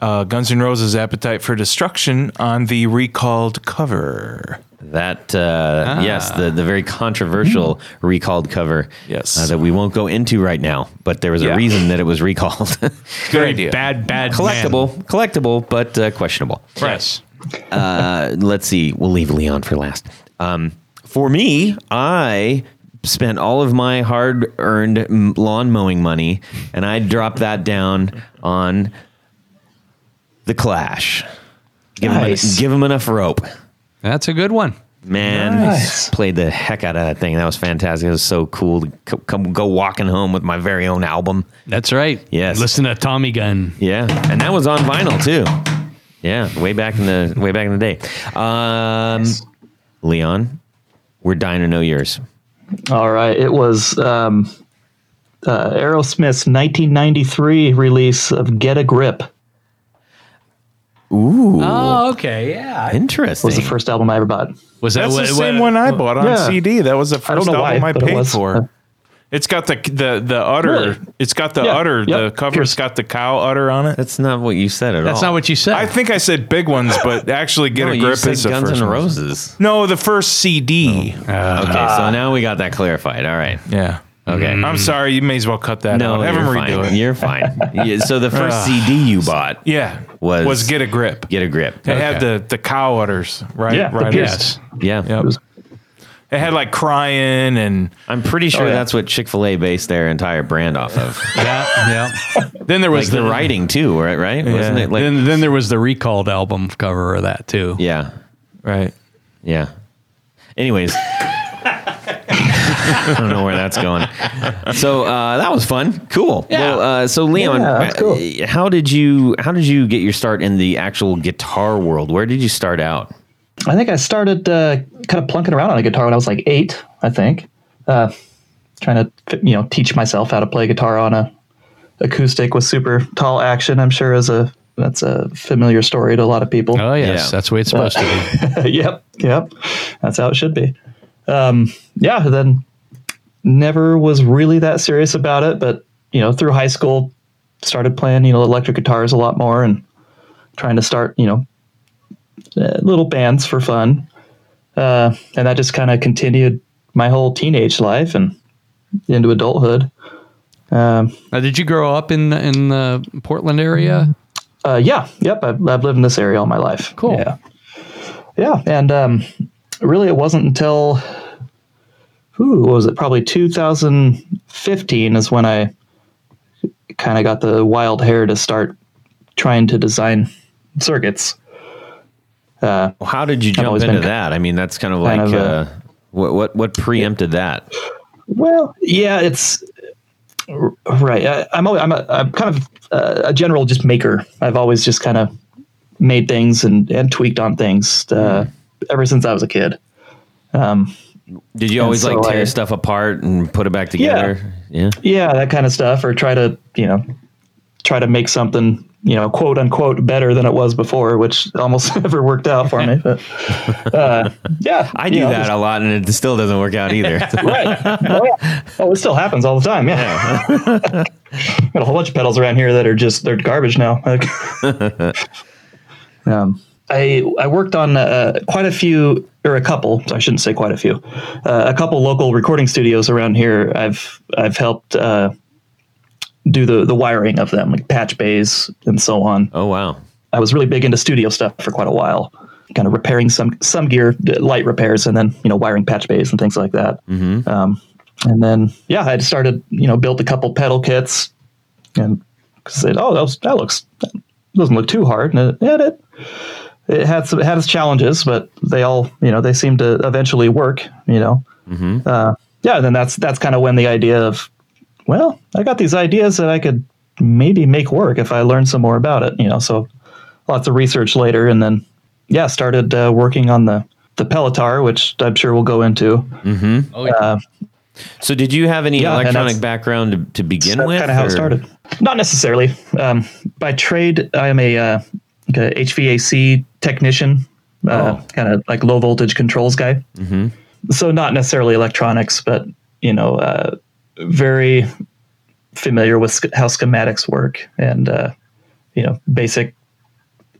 Speaker 3: uh, Guns N' Roses Appetite for Destruction on the recalled cover.
Speaker 4: That
Speaker 2: Ah.
Speaker 4: uh, yes, the the very controversial
Speaker 2: Hmm.
Speaker 4: recalled cover.
Speaker 3: Yes.
Speaker 4: uh, that we won't go into right now, but there was a
Speaker 3: Yeah.
Speaker 4: reason that it was recalled.
Speaker 2: Very
Speaker 3: idea.
Speaker 2: bad, bad man.
Speaker 4: collectible, collectible, but uh, questionable.
Speaker 2: Yes.
Speaker 4: Uh, let's see. We'll leave Leon for last. Um, for me, I spent all of my hard-earned m- lawn mowing money, and I dropped that down on the Clash. Give
Speaker 5: Nice.
Speaker 4: him, give him enough rope.
Speaker 2: That's a good one.
Speaker 4: Man,
Speaker 5: Nice.
Speaker 4: played the heck out of that thing. That was fantastic. It was so cool to co- come go walking home with my very own album.
Speaker 2: That's right.
Speaker 4: Yes.
Speaker 2: Listen to Tommy Gun.
Speaker 4: Yeah, and that was on vinyl too. Yeah, way back in the way back in the day. Um, Leon, we're dying to know yours.
Speaker 5: All right. It was um, uh, Aerosmith's 1993 release of Get a Grip.
Speaker 4: Ooh,
Speaker 2: Oh, okay. Yeah.
Speaker 4: interesting.
Speaker 5: Was the first album I ever bought.
Speaker 2: Was that
Speaker 3: That's
Speaker 2: what,
Speaker 3: the same
Speaker 2: what-
Speaker 3: one I bought on
Speaker 5: Yeah.
Speaker 3: CD. That was the
Speaker 5: don't
Speaker 3: first
Speaker 5: know
Speaker 3: album
Speaker 5: why,
Speaker 3: I
Speaker 5: but it
Speaker 3: paid
Speaker 5: was.
Speaker 3: for. It's got the the the udder.
Speaker 5: Really?
Speaker 3: It's got the
Speaker 5: Yeah.
Speaker 3: udder.
Speaker 5: Yep.
Speaker 3: The cover's got the cow udder on it.
Speaker 4: That's not what you said at all.
Speaker 2: That's not what you said.
Speaker 3: I think I said big ones, but actually, get
Speaker 4: No,
Speaker 3: a
Speaker 4: you
Speaker 3: grip
Speaker 4: said
Speaker 3: is the
Speaker 4: Guns
Speaker 3: first
Speaker 4: N'
Speaker 3: one.
Speaker 4: Roses.
Speaker 3: No, the first CD.
Speaker 4: okay, so now we got that clarified. All right.
Speaker 3: Yeah.
Speaker 4: Okay.
Speaker 3: I'm sorry. You may as well cut that
Speaker 4: No,
Speaker 3: out. Mm-hmm. Have
Speaker 4: you're
Speaker 3: them
Speaker 4: fine.
Speaker 3: redo it.
Speaker 4: You're fine. Yeah, so the first CD you bought,
Speaker 3: Yeah.
Speaker 4: Was-
Speaker 3: was get a grip.
Speaker 4: get a grip.
Speaker 3: It had the the cow udders right.
Speaker 5: Yeah, the
Speaker 3: Right.
Speaker 5: pierced.
Speaker 2: yes.
Speaker 4: Yeah.
Speaker 3: Yep. It had like crying and
Speaker 4: I'm pretty sure
Speaker 5: yeah.
Speaker 4: that's what Chick Fil A based their entire brand off of.
Speaker 2: Yeah. Yeah.
Speaker 3: then there was
Speaker 4: like the
Speaker 3: the
Speaker 4: writing too, right? Right? Wasn't it like?
Speaker 2: then, then there was the recalled album cover of that too.
Speaker 4: yeah,
Speaker 3: right.
Speaker 4: yeah. Anyways, I don't know where that's going. So uh, that was fun. Cool. Well, uh, so Leon,
Speaker 5: Yeah, that's cool.
Speaker 4: uh, how did you how did you get your start in the actual guitar world? Where did you start out?
Speaker 5: I think I started uh, kind of plunking around on a guitar when I was like eight, I think, uh, trying to fi- you know teach myself how to play guitar on a acoustic with super tall action. I'm sure is a that's a familiar story to a lot of people.
Speaker 2: Oh yes,
Speaker 4: Yeah.
Speaker 2: that's the way it's supposed to be.
Speaker 5: yep, yep, that's how it should be. Um, yeah, then never was really that serious about it, but you know through high school started playing you know electric guitars a lot more and trying to start you know uh, little bands for fun uh, and that just kind of continued my whole teenage life and into adulthood
Speaker 2: Now, did you grow up in in the Portland area?
Speaker 5: uh, yeah yep I've, I've lived in this area all my life
Speaker 2: Cool.
Speaker 5: yeah yeah and um, really it wasn't until who was it probably 2015 is when i kind of got the wild hair to start trying to design circuits
Speaker 4: Well, how did you jump
Speaker 5: always
Speaker 4: into
Speaker 5: been ki-
Speaker 4: that? I mean, that's kind of like
Speaker 5: kind of,
Speaker 4: uh, what what what preempted that?
Speaker 5: Well, yeah, it's r- right. I, I'm always, I'm a, I'm kind of uh, a general just maker. I've always just kind of made things and and tweaked on things uh, ever since I was a kid.
Speaker 4: Did you always like
Speaker 5: so
Speaker 4: tear
Speaker 5: I-
Speaker 4: stuff apart and put it back together? Yeah.
Speaker 5: Yeah, that kind of stuff, or try to you know try to make something you know quote unquote better than it was before, which almost never worked out for me. But uh, yeah,
Speaker 4: I
Speaker 5: you
Speaker 4: do
Speaker 5: know,
Speaker 4: that a lot, and it still doesn't work out either.
Speaker 5: right. Oh, yeah. oh, it still happens all the time. Yeah. Got a whole bunch of pedals around here that are just they're garbage now. Like- um, I I worked on uh, quite a few or a couple. I shouldn't say quite a few. Uh, a couple local recording studios around here. I've I've helped uh, do the the wiring of them, like patch bays and so on.
Speaker 4: oh wow.
Speaker 5: I was really big into studio stuff for quite a while, kind of repairing some some gear, d- light repairs, and then you know wiring patch bays and things like that. Um, and then yeah, I had started you know built a couple pedal kits and said, oh that, was, that looks that doesn't look too hard, and it, yeah, it it had some it had its challenges, but they all you know they seemed to eventually work. You know, uh, yeah. Then that's that's kind of when the idea of well, I got these ideas that I could maybe make work if I learned some more about it. You know, so lots of research later, and then yeah, started uh, working on the the Pelotar, which I'm sure we'll go into.
Speaker 2: Oh, yeah.
Speaker 4: So did you have any
Speaker 5: Yeah, and
Speaker 4: electronic
Speaker 5: that's-
Speaker 4: background to, to begin
Speaker 5: That's
Speaker 4: with?
Speaker 5: kind of how
Speaker 4: or-
Speaker 5: it started. Not necessarily. Um, by trade, I am a, uh, like a HVAC technician, uh, kind of like low voltage controls guy. So not necessarily electronics, but you know, uh, very familiar with sch- how schematics work and uh, you know basic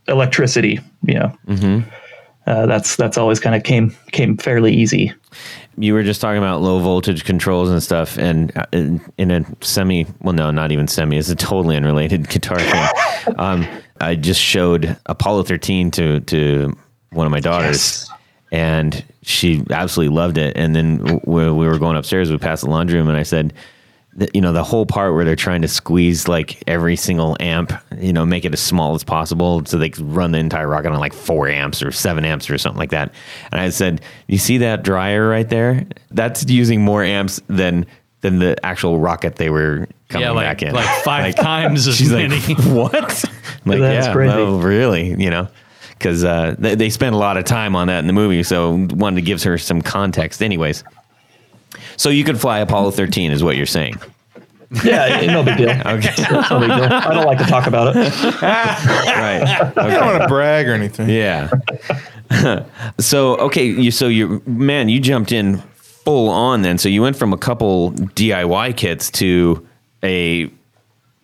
Speaker 5: electricity. You know, uh, that's that's always kind of came came fairly easy.
Speaker 4: you were just talking about low voltage controls and stuff, and uh, in, in a semi, well, no, not even semi, it's a totally unrelated guitar thing. um, I just showed Apollo 13 to, to one of my daughters, and she absolutely loved it. And then w- when we were going upstairs, we passed the laundry room, and I said, th- you know the whole part where they're trying to squeeze like every single amp you know make it as small as possible so they could run the entire rocket on like four amps or seven amps or something like that and i said you see that dryer right there that's using more amps than than the actual rocket they were coming
Speaker 2: yeah, like,
Speaker 4: back in
Speaker 2: like five times as
Speaker 4: she's
Speaker 2: many.
Speaker 4: like what I'm like
Speaker 5: That's
Speaker 4: yeah
Speaker 5: crazy.
Speaker 4: oh really you know because uh, they, they spent a lot of time on that in the movie so wanted to give her some context anyways so you could fly apollo 13 is what you're saying
Speaker 5: Yeah, no big deal. No big deal. I don't like to talk about it.
Speaker 4: right.
Speaker 3: I don't
Speaker 4: Okay.
Speaker 3: want to brag or anything.
Speaker 4: Yeah. so okay, you so you man, you jumped in full on then. So you went from a couple DIY kits to a,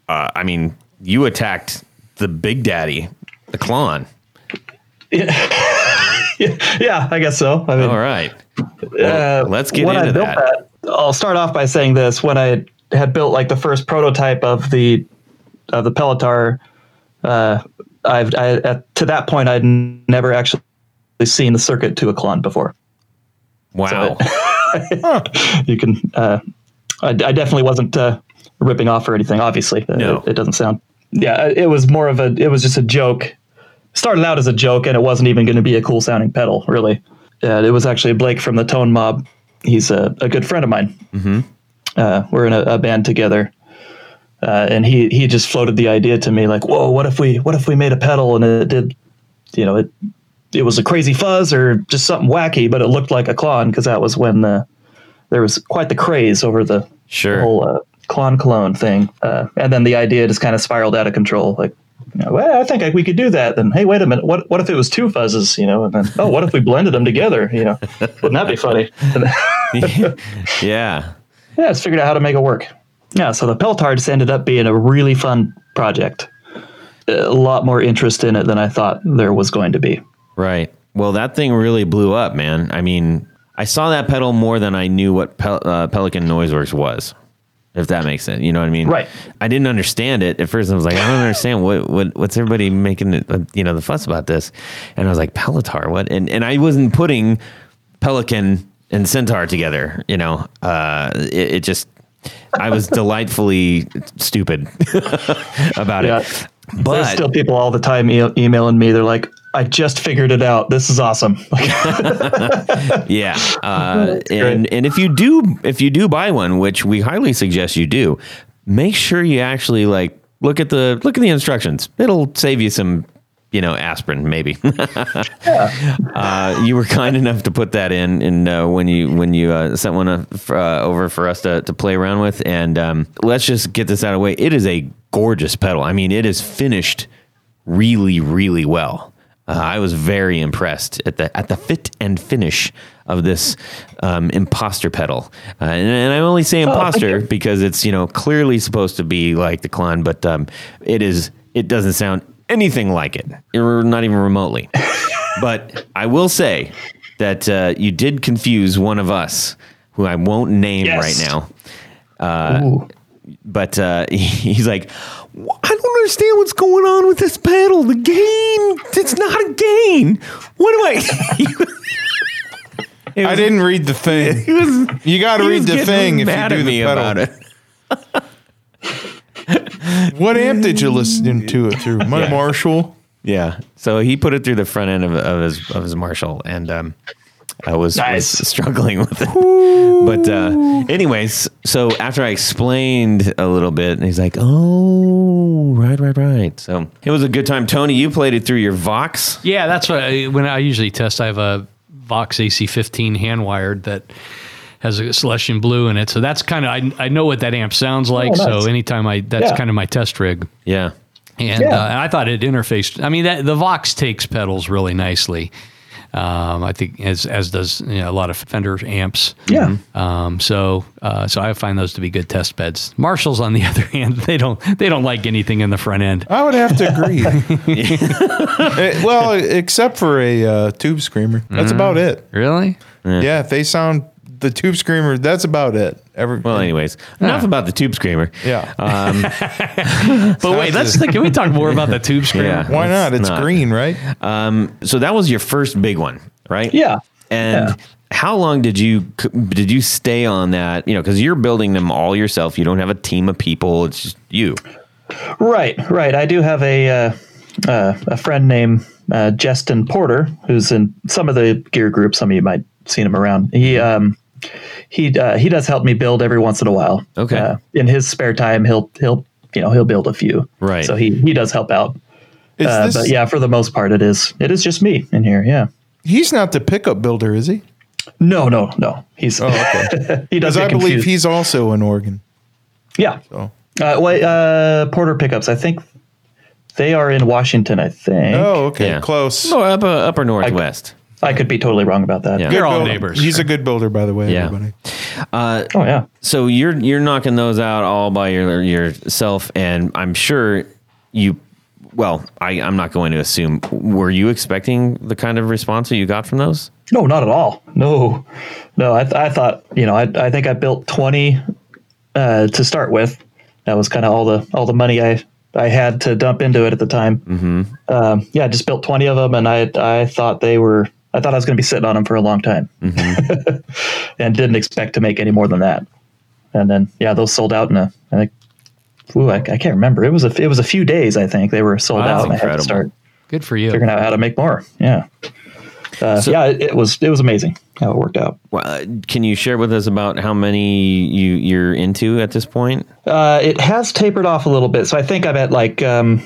Speaker 4: uh, I mean, you attacked the Big Daddy, the Klon.
Speaker 5: Yeah, I guess so. I mean,
Speaker 4: All right. Well,
Speaker 5: uh,
Speaker 4: let's get
Speaker 5: when I
Speaker 4: into
Speaker 5: built
Speaker 4: that.
Speaker 5: that. I'll start off by saying this: when I had built like the first prototype of the of the Pelotar, uh, I've I, at, to that point I'd n- never actually seen the circuit to a clone before.
Speaker 4: Wow.
Speaker 5: You can, uh, I, I definitely wasn't uh, ripping off or anything. Obviously, Uh,
Speaker 4: No.
Speaker 5: it, it doesn't sound. Yeah, uh, it was more of a. It was just a joke. Started out as a joke, and it wasn't even going to be a cool sounding pedal, really. Uh, it was actually Blake from the Tone Mob. He's a, a good friend of mine. Uh, we're in a, a band together, uh, and he he just floated the idea to me like, "Whoa, what if we what if we made a pedal and it did, you know, it it was a crazy fuzz or just something wacky, but it looked like a clone because that was when the there was quite the craze over the
Speaker 4: Sure.
Speaker 5: whole uh, clone clone thing, uh, and then the idea just kind of spiraled out of control. Like, you know, well, I think I, we could do that. Then, hey, wait a minute, what what if it was two fuzzes? You know, and then oh, what if we blended them together? You know, wouldn't that be funny? And then-
Speaker 4: yeah.
Speaker 5: yeah, let's figure out how to make it work. Yeah, so the Peltard just ended up being a really fun project. A lot more interest in it than I thought there was going to be.
Speaker 4: Right. Well, that thing really blew up, man. I mean, I saw that pedal more than I knew what Pel- uh, Pelican Noiseworks was. If that makes sense, you know what I mean.
Speaker 5: Right.
Speaker 4: I didn't understand it at first. I was like, I don't understand what, what what's everybody making it, uh, you know the fuss about this, and I was like, Pelotar, what? And and I wasn't putting Pelican and Centaur together. You know, uh, it, it just I was delightfully stupid about
Speaker 5: Yeah.
Speaker 4: it. But
Speaker 5: There's still people all the time e- emailing me. They're like, "I just figured it out. This is awesome."
Speaker 4: Yeah, uh, and and if you do if you do buy one, which we highly suggest you do, make sure you actually like look at the look at the instructions. It'll save you some, you know, aspirin maybe. uh, you were kind enough to put that in, and uh, when you when you uh, sent one uh, f- uh, over for us to, to play around with, and um, let's just get this out of the way. It is a gorgeous pedal. I mean, it is finished really, really well. Uh, I was very impressed at the at the fit and finish of this um, imposter pedal, uh, and, and I only say imposter because it's you know clearly supposed to be like the clone, but um, it is it doesn't sound anything like it, or not even remotely. but I will say that uh, you did confuse one of us, who I won't name
Speaker 5: Yes.
Speaker 4: right now
Speaker 5: Ooh.
Speaker 4: but uh, he's like, "Wh- I don't understand what's going on with this pedal. The gain, it's not a gain. What do I? he was-
Speaker 3: I didn't read the thing.
Speaker 4: he was-
Speaker 3: You got to
Speaker 4: he was
Speaker 3: read the
Speaker 4: getting
Speaker 3: thing if you
Speaker 4: mad
Speaker 3: do
Speaker 4: at
Speaker 3: the
Speaker 4: me
Speaker 3: pedal.
Speaker 4: about it.
Speaker 3: What amp did you listen to it through? My Marshall.
Speaker 4: Yeah. So he put it through the front end of, of his of his Marshall, and um, I was,
Speaker 5: Nice.
Speaker 4: was struggling with it. But uh, anyways, so after I explained a little bit, and he's like, "Oh, right, right, right." So it was a good time. Tony, you played it through your Vox.
Speaker 2: Yeah, that's what I, when I usually test. I have a Vox AC15 hand wired that has a Celestian blue in it, so that's kind of I, I know what that amp sounds like.
Speaker 5: Oh, nice.
Speaker 2: So anytime I that's
Speaker 5: Yeah.
Speaker 2: kind of my test rig.
Speaker 4: Yeah.
Speaker 2: and, uh, and I thought it interfaced. I mean, that, the Vox takes pedals really nicely. Um, I think as as does you know, a lot of Fender amps.
Speaker 5: Yeah.
Speaker 2: Um, so uh, so I find those to be good test beds. Marshalls, on the other hand, they don't they don't like anything in the front end.
Speaker 3: I would have to agree. Eh, well, except for a uh, tube screamer. That's
Speaker 4: Mm-hmm.
Speaker 3: about it.
Speaker 2: Really?
Speaker 3: Yeah. if they sound the tube screamer, that's about it. Every,
Speaker 4: Well, uh, anyways, enough about the tube screamer.
Speaker 3: yeah.
Speaker 2: But wait, let's think, can we talk more about the tube screen?
Speaker 4: Yeah.
Speaker 3: Why not? It's green, right?
Speaker 4: So that was your first big one, right?
Speaker 5: Yeah.
Speaker 4: And
Speaker 5: Yeah.
Speaker 4: how long did you did you stay on that? You know, because you're building them all yourself. You don't have a team of people. It's just you.
Speaker 5: Right, right. I do have a uh, uh, a friend named uh, Justin Porter, who's in some of the gear groups. Some of you might seen him around. He um, he uh, he does help me build every once in a while.
Speaker 4: Okay.
Speaker 5: Uh, in his spare time, he'll he'll you know he'll build a few.
Speaker 4: Right.
Speaker 5: So he he does help out.
Speaker 3: Is
Speaker 5: Uh,
Speaker 3: this,
Speaker 5: but yeah, for the most part, it is it is just me in here. Yeah.
Speaker 3: He's not the pickup builder, is he?
Speaker 5: No, no, no. He's
Speaker 3: Oh, okay.
Speaker 5: he does.
Speaker 3: Because I
Speaker 5: get
Speaker 3: believe
Speaker 5: confused.
Speaker 3: he's also in Oregon. Oh.
Speaker 5: yeah.
Speaker 3: So.
Speaker 5: Uh, wait, uh, Porter pickups. I think they are in Washington. I think
Speaker 3: Oh, okay.
Speaker 4: Yeah.
Speaker 3: Close.
Speaker 4: Oh, up, uh, upper northwest.
Speaker 5: I could be totally wrong about that.
Speaker 4: Yeah.
Speaker 2: They're all
Speaker 3: Builder.
Speaker 2: neighbors.
Speaker 3: He's a good builder, by the way.
Speaker 4: Yeah.
Speaker 3: Everybody.
Speaker 5: Oh yeah.
Speaker 4: So you're you're knocking those out all by your, yourself, and I'm sure you. Well, I, I'm not going to assume. Were you expecting the kind of response that you got from those?
Speaker 5: No, not at all. No, no. I, th- I thought you know I, I think I built twenty uh, to start with. That was kind of all the all the money I I had to dump into it at the time. Mm-hmm. Um, yeah, I just built twenty of them, and I I thought they were I thought I was going to be sitting on them for a long time, Mm-hmm. and didn't expect to make any more than that. And then yeah, those sold out in a I think. Ooh, I, I can't remember. It was a it was a few days. I think they were sold
Speaker 2: Wow, that's
Speaker 5: out. And I had
Speaker 4: incredible.
Speaker 5: to start
Speaker 2: Good for you.
Speaker 5: figuring out how to make more. Yeah. Uh, yeah, it, it was it was amazing how it worked out.
Speaker 4: Well, uh, can you share with us about how many you you're into at this point?
Speaker 5: Uh, it has tapered off a little bit, so I think I'm at like um,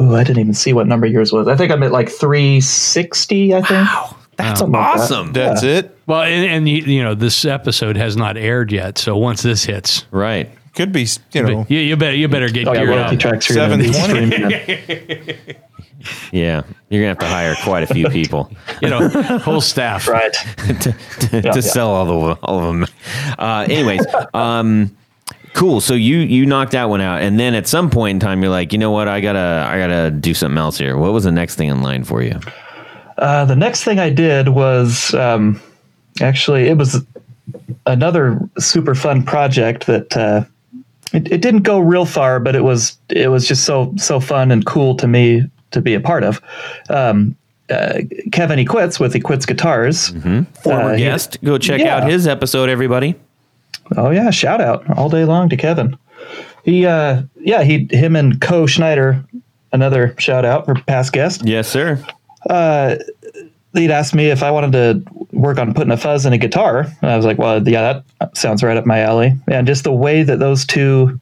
Speaker 5: ooh, I didn't even see what number yours was. I think I'm at like 360. I think. Wow, that's
Speaker 4: Awesome.
Speaker 3: That's it.
Speaker 2: Well, and, and you, you know this episode has not aired yet, so once this hits,
Speaker 4: Right.
Speaker 3: Could be, you know,
Speaker 2: you, you better you better get
Speaker 5: Oh yeah,
Speaker 2: geared
Speaker 5: royalty
Speaker 2: up.
Speaker 5: tracks are gonna be
Speaker 3: 720.
Speaker 5: streamed.
Speaker 4: Yeah. You're gonna have to hire quite a few people
Speaker 2: You know, whole staff.
Speaker 5: Right.
Speaker 4: to, to sell all the all of them. Uh, anyways, um, cool. So you you knocked that one out, and then at some point in time, you're like, you know what? I gotta I gotta do something else here. What was the next thing in line for you?
Speaker 5: Uh, the next thing I did was um, actually it was another super fun project that uh, it, it didn't go real far, but it was it was just so so fun and cool to me to be a part of. Um, uh, Kevin Equitz with Equitz Guitars.
Speaker 4: Mm-hmm. Former
Speaker 5: Uh, he-
Speaker 4: guest, go check
Speaker 5: Yeah.
Speaker 4: out his episode, everybody.
Speaker 5: Oh yeah, shout out all day long to Kevin. He uh, yeah he him and Co Schneider. Another shout out for past guest.
Speaker 4: Yes, sir.
Speaker 5: he'd asked me if I wanted to work on putting a fuzz in a guitar. And I was like, well, yeah, that sounds right up my alley. And just the way that those two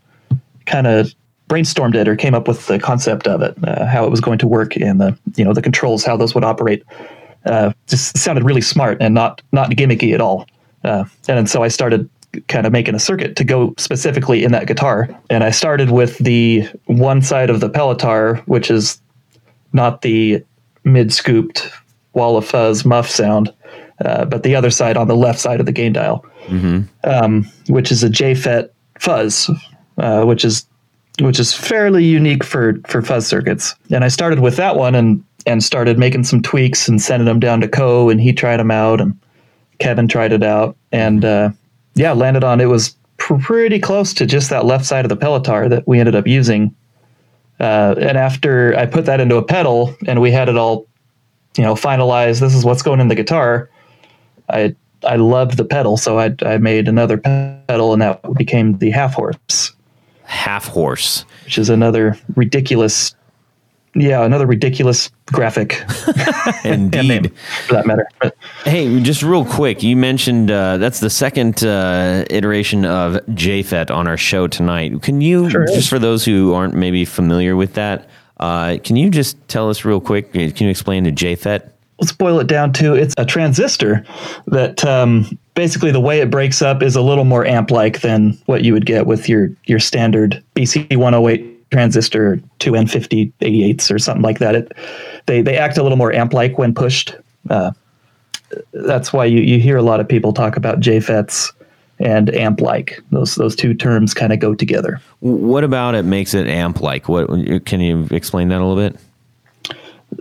Speaker 5: kind of brainstormed it or came up with the concept of it, uh, how it was going to work and the, you know, the controls, how those would operate, uh, just sounded really smart and not, not gimmicky at all. Uh, and then so I started kind of making a circuit to go specifically in that guitar. And I started with the one side of the Pelotar, which is not the mid scooped wall of fuzz muff sound, uh, but the other side on the left side of the gain dial, um, which is a JFET fuzz, uh, which is which is fairly unique for for fuzz circuits. And I started with that one and and started making some tweaks and sending them down to Co. and he tried them out and Kevin tried it out and uh, yeah landed on it was pr- pretty close to just that left side of the Pelotar that we ended up using. Uh, and after I put that into a pedal and we had it all you know finalize this is what's going in the guitar i i loved the pedal so i i made another pedal and that became the half horse
Speaker 4: Half horse.
Speaker 5: which is another ridiculous yeah another ridiculous graphic and name
Speaker 4: Indeed.
Speaker 5: for that matter But
Speaker 4: Hey, just real quick, you mentioned uh, that's the second uh, iteration of JFET on our show tonight. Can you, just for those who aren't maybe familiar with that, uh, can you just tell us real quick? Can you explain to JFET?
Speaker 5: let's boil it down to it's a transistor that um, basically the way it breaks up is a little more amp like than what you would get with your your standard bc108 transistor 2N50 88s or something like that. It, they, they act a little more amp like when pushed. Uh, that's why you, you hear a lot of people talk about JFETs and amp like. Those, those two terms kind of go together.
Speaker 4: What about it makes it amp like? What can you explain that a little bit?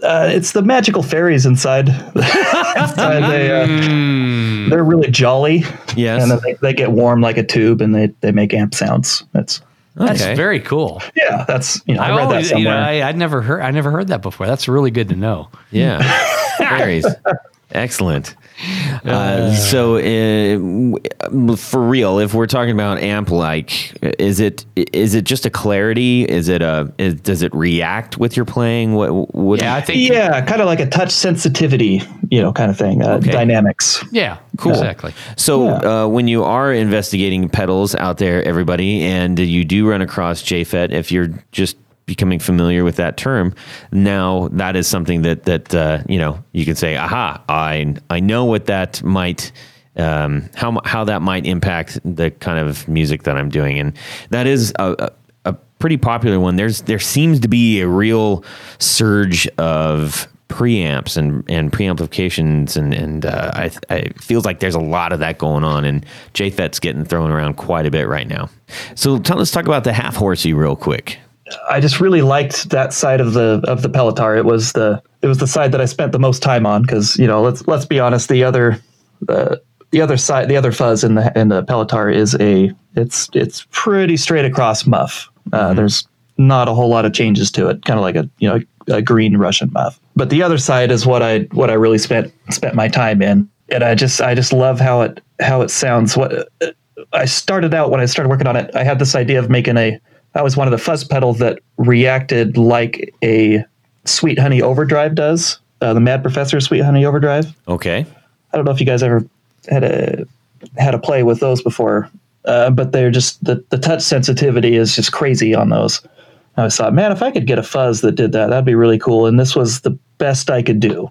Speaker 5: Uh, it's the magical fairies inside. inside they,
Speaker 2: Hmm.
Speaker 5: uh, they're really jolly.
Speaker 4: Yes.
Speaker 5: And then they, they get warm like a tube and they, they make amp sounds. That's,
Speaker 2: That's very cool.
Speaker 5: yeah, that's, you know, I,
Speaker 2: I
Speaker 5: read
Speaker 2: always,
Speaker 5: that
Speaker 2: you know,
Speaker 5: somewhere.
Speaker 2: I, I'd never heard, I never heard that before. That's really good to know.
Speaker 4: Yeah. Berries. Excellent. Uh, so, uh, for real, if we're talking about amp like, is it is it just a clarity? Is it a is, does it react with your playing? What? what
Speaker 2: Yeah, I think. Yeah,
Speaker 5: yeah, kind of like a touch sensitivity, you know, kind of thing. Uh, Dynamics.
Speaker 2: cool. Exactly.
Speaker 4: So, uh, when you are investigating pedals out there, everybody, and you do run across JFET, if you're just becoming familiar with that term, now that is something that that uh, you know you can say, "Aha! I I know what that might." Um, how mu- how that might impact the kind of music that I'm doing, and that is a, a, a pretty popular one. There's there seems to be a real surge of preamps and and preamplifications, and and uh, I, I it feels like there's a lot of that going on, and JFET's getting thrown around quite a bit right now. So tell, let's talk about the half horsey real quick.
Speaker 5: I just really liked that side of the of the Pelotar. It was the it was the side that I spent the most time on because you know let's let's be honest the other uh, the other side the other fuzz in the in the Pelotar is a it's it's pretty straight across muff. Uh, There's not a whole lot of changes to it, kind of like a you know a green Russian muff. But the other side is what I what I really spent spent my time in, and I just I just love how it how it sounds. What I started out when I started working on it, I had this idea of making a. I was one of the fuzz pedals that reacted like a Sweet Honey Overdrive does, uh, the Mad Professor Sweet Honey Overdrive.
Speaker 4: Okay,
Speaker 5: I don't know if you guys ever had a had a play with those before, uh, but they're just the the touch sensitivity is just crazy on those. I always thought, man, if I could get a fuzz that did that, that'd be really cool. And this was the best I could do,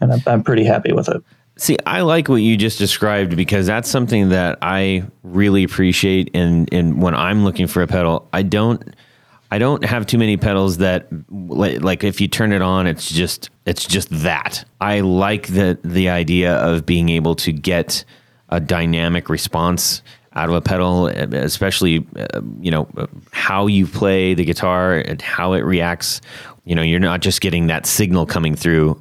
Speaker 5: and I'm, I'm pretty happy with it.
Speaker 4: See, I like what you just described because that's something that I really appreciate. And and when I'm looking for a pedal, I don't, I don't have too many pedals that li- like if you turn it on, it's just it's just that. I like the the idea of being able to get a dynamic response out of a pedal, especially uh, you know how you play the guitar and how it reacts. You know, you're not just getting that signal coming through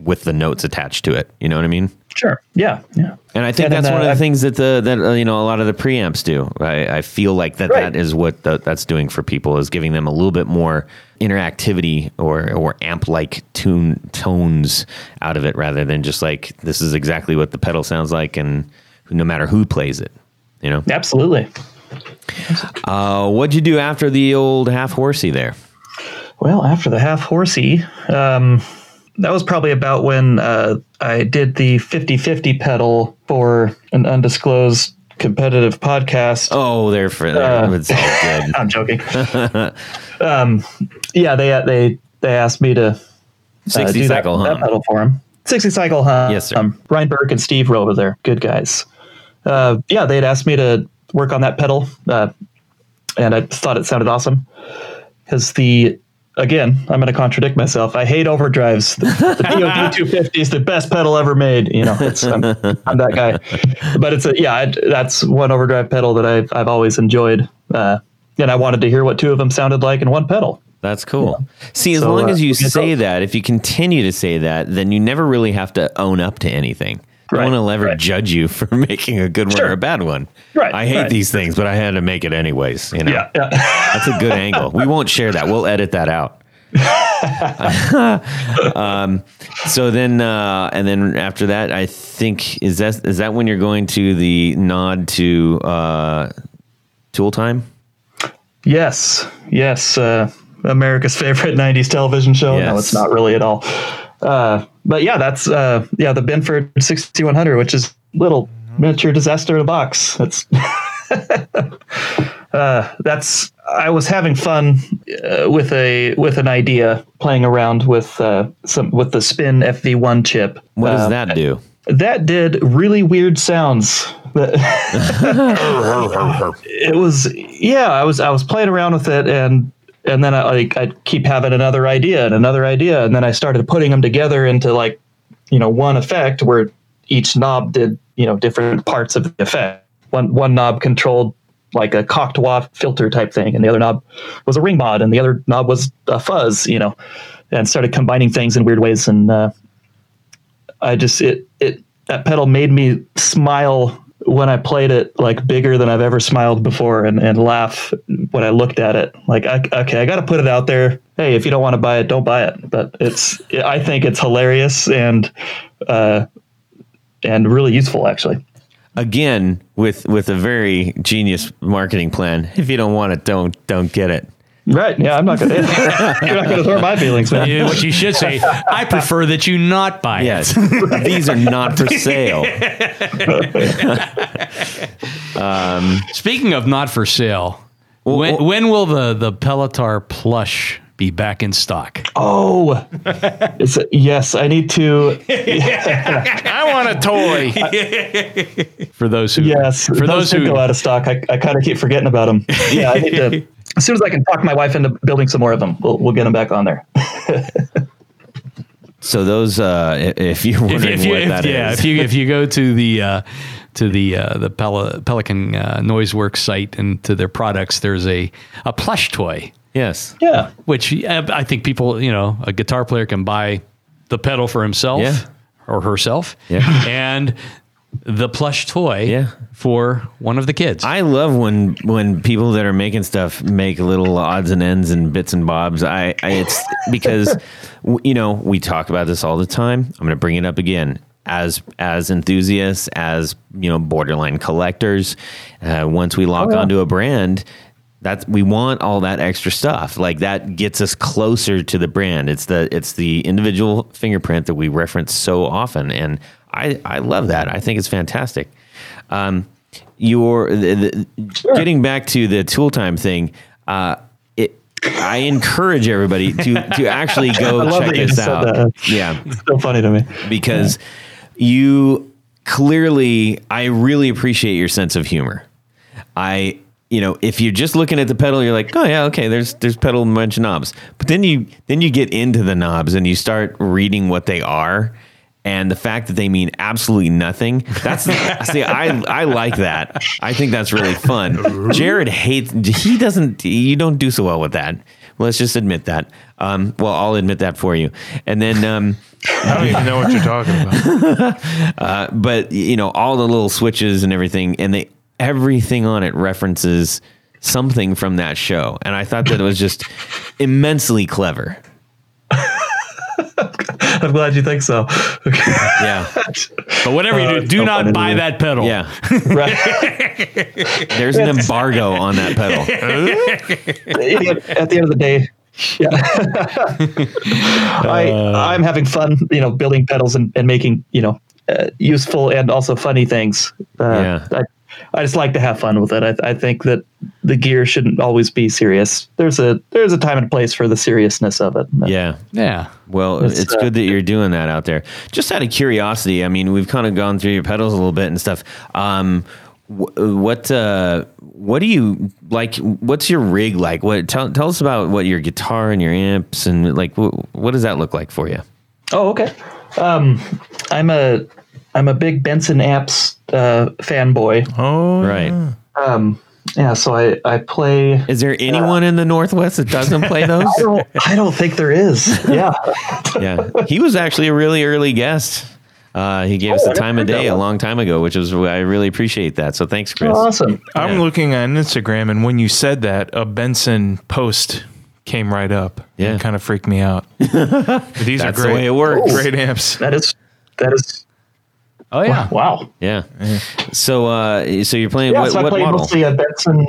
Speaker 4: with the notes attached to it. You know what I mean?
Speaker 5: Sure. Yeah. Yeah.
Speaker 4: And I think
Speaker 5: And then,
Speaker 4: that's one of the
Speaker 5: uh,
Speaker 4: things that the that uh, you know a lot of the preamps do. I, I feel like that
Speaker 5: Right.
Speaker 4: that is what the, that's doing for people is giving them a little bit more interactivity or or amp like tune tones out of it rather than just like this is exactly what the pedal sounds like and no matter who plays it, you know.
Speaker 5: Absolutely.
Speaker 4: Uh, what'd you do after the old half horsey there?
Speaker 5: Well, after the half horsey, um, that was probably about when uh, I did the 50 50 pedal for an undisclosed competitive podcast.
Speaker 4: Oh, there for
Speaker 5: Uh.
Speaker 4: it's all good.
Speaker 5: I'm joking. um, yeah, they they they asked me to uh,
Speaker 4: Sixty
Speaker 5: do that-
Speaker 4: cycle,
Speaker 5: that,
Speaker 4: huh?
Speaker 5: pedal for him. 60 cycle, huh?
Speaker 4: Yes, sir.
Speaker 5: Um, Ryan Burke and Steve were over there. Good guys. Uh, yeah, they had asked me to work on that pedal, uh, and I thought it sounded awesome. Because the, again, I'm going to contradict myself. I hate overdrives. The, the DOD 250 is the best pedal ever made. You know, it's, I'm, I'm that guy. But it's a, yeah, I, that's one overdrive pedal that I've, I've always enjoyed. Uh, and I wanted to hear what two of them sounded like in one pedal.
Speaker 4: That's cool. See, as
Speaker 5: So,
Speaker 4: long
Speaker 5: uh,
Speaker 4: as you
Speaker 5: we'll get
Speaker 4: say
Speaker 5: those.
Speaker 4: that, if you continue to say that, then you never really have to own up to anything.
Speaker 5: Right,
Speaker 4: no one will ever
Speaker 5: right.
Speaker 4: judge you for making a good one or
Speaker 5: Sure.
Speaker 4: a bad one.
Speaker 5: Right,
Speaker 4: I hate
Speaker 5: right.
Speaker 4: these things, but I had to make it anyways. You know,
Speaker 5: yeah.
Speaker 4: that's a good angle. We won't share that. We'll edit that out. um, so then, uh, and then after that, I think is that is that when you're going to the nod to uh, tool time?
Speaker 5: Yes, yes. Uh, America's favorite '90s television show. No,
Speaker 4: Yes.
Speaker 5: it's not really at all. Uh, but yeah, that's uh, yeah the Benford 6100, which is little miniature disaster in a box. That's uh, that's. I was having fun uh, with a with an idea, playing around with uh, some with the Spin FV1 chip.
Speaker 4: What does
Speaker 5: Uh,
Speaker 4: that do?
Speaker 5: that did really weird sounds. it was yeah, I was I was playing around with it and and then I like I'd keep having another idea and another idea, and then I started putting them together into like you know one effect where each knob did you know different parts of the effect. One one knob controlled like a cocked watt filter type thing, and the other knob was a ring mod, and the other knob was a fuzz, you know, and started combining things in weird ways. And uh, I just it it that pedal made me smile when I played it like bigger than I've ever smiled before and, and laugh when I looked at it. Like, I, okay, I got to put it out there. Hey, if you don't want to buy it, don't buy it. But it's, I think it's hilarious and, uh, and really useful actually.
Speaker 4: Again, with with a very genius marketing plan. If you don't want it, don't don't get it.
Speaker 5: Right. Yeah. I'm not going to, you're not going to hurt my feelings, man.
Speaker 2: Yeah, what you should say, I prefer that you not buy it.
Speaker 4: Yes, these are not for sale.
Speaker 2: Speaking of not for sale, when,
Speaker 4: well-
Speaker 2: when will the, the Pelotar plush be back in stock?
Speaker 5: Oh, it's a, yes. I need to.
Speaker 3: I want a toy.
Speaker 2: For those who
Speaker 5: Yes.
Speaker 2: for those,
Speaker 5: who
Speaker 2: who
Speaker 5: go out of stock, I, I kind of keep forgetting about them. Yeah. I need to, as soon as I can talk my wife into building some more of them, we'll, we'll get them back on there.
Speaker 4: So those, uh, i- if you're
Speaker 2: if,
Speaker 4: wondering
Speaker 2: if you
Speaker 4: what
Speaker 2: if,
Speaker 4: that is,
Speaker 2: yeah, if you if you go to the uh, to the uh, the Pel- Pelican uh, Noise Works site and to their products, there's a a plush toy
Speaker 4: yes,
Speaker 5: Yeah.
Speaker 2: which uh, I think people, you know, a guitar player can buy the pedal for himself
Speaker 4: Yeah.
Speaker 2: or herself,
Speaker 4: Yeah.
Speaker 2: and the plush toy
Speaker 4: Yeah.
Speaker 2: for one of the kids.
Speaker 4: I love when when people that are making stuff make little odds and ends and bits and bobs. I, I it's because w- you know we talk about this all the time. I'm going to bring it up again. As as enthusiasts, as you know, borderline collectors, uh, once we lock onto a brand, that we want all that extra stuff. Like that gets us closer to the brand. It's the it's the individual fingerprint that we reference so often, and I I love that. I think it's fantastic um, your the, the, getting back to the tool time thing. Uh, it, I encourage everybody to to actually
Speaker 5: I
Speaker 4: go
Speaker 5: love
Speaker 4: check
Speaker 5: that you
Speaker 4: this
Speaker 5: said
Speaker 4: out.
Speaker 5: that.
Speaker 4: Yeah,
Speaker 5: So funny to me.
Speaker 4: because you clearly, I really appreciate your sense of humor. I. You know, if you're just looking at the pedal, you're like, oh yeah, okay. There's there's pedal and a bunch of knobs, but then you then you get into the knobs and you start reading what they are, and the fact that they mean absolutely nothing. That's see, I I like that. I think that's really fun. Jared hates. He doesn't. You don't do so well with that. Let's just admit that. Um, well, I'll admit that for you, and then. Um,
Speaker 3: I don't even know what you're talking about.
Speaker 4: but you know all the little switches and everything and they everything on it references something from that show and i thought that it was just immensely clever
Speaker 5: I'm glad you think so.
Speaker 4: yeah
Speaker 2: but whatever
Speaker 5: Uh,
Speaker 2: you do,
Speaker 5: it's
Speaker 2: do
Speaker 5: so
Speaker 2: not
Speaker 5: funny to
Speaker 2: buy
Speaker 5: me.
Speaker 2: that pedal.
Speaker 4: yeah
Speaker 5: right.
Speaker 4: there's an embargo on that pedal
Speaker 5: at the end of the day, yeah. I I'm having fun, you know, building pedals and, and making you know uh, useful and also funny things. Uh,
Speaker 4: Yeah.
Speaker 5: I, I just like to have fun with it. I, I think that the gear shouldn't always be serious. There's a there's a time and place for the seriousness of it.
Speaker 4: yeah
Speaker 2: yeah.
Speaker 4: Well, it's,
Speaker 5: It's, uh,
Speaker 4: good that you're doing that out there. Just out of curiosity, I mean, we've kind of gone through your pedals a little bit and stuff. Um, wh- what uh, what do you like? What's your rig like? What tell tell us about what your guitar and your amps and like wh- what does that look like for you?
Speaker 5: Oh, okay. Um, I'm a I'm a big Benson amps uh, fanboy.
Speaker 4: Uh-huh.
Speaker 3: Oh,
Speaker 4: Right?
Speaker 5: Um, yeah, so I I play.
Speaker 4: Is there anyone in the Northwest that doesn't play those?
Speaker 5: I don't, I don't think there is. Yeah.
Speaker 4: yeah, he was actually a really early guest. Uh, he gave us the
Speaker 5: I never
Speaker 4: time of
Speaker 5: heard that
Speaker 4: day a
Speaker 5: one.
Speaker 4: long time ago, which is I really appreciate that. So thanks, Chris.
Speaker 5: Awesome.
Speaker 4: Yeah.
Speaker 3: I'm looking on Instagram, and when you said that, a Benson post came right up.
Speaker 4: Yeah.
Speaker 3: It kind of freaked me out. These
Speaker 4: That's the
Speaker 3: are great.
Speaker 4: way it works.
Speaker 3: Great amps.
Speaker 5: That is that is
Speaker 2: Oh yeah.
Speaker 5: wow.
Speaker 4: Yeah. So, uh, so you're playing
Speaker 5: Yeah,
Speaker 4: what,
Speaker 5: so I
Speaker 4: what
Speaker 5: play
Speaker 4: model?
Speaker 5: mostly a Benson.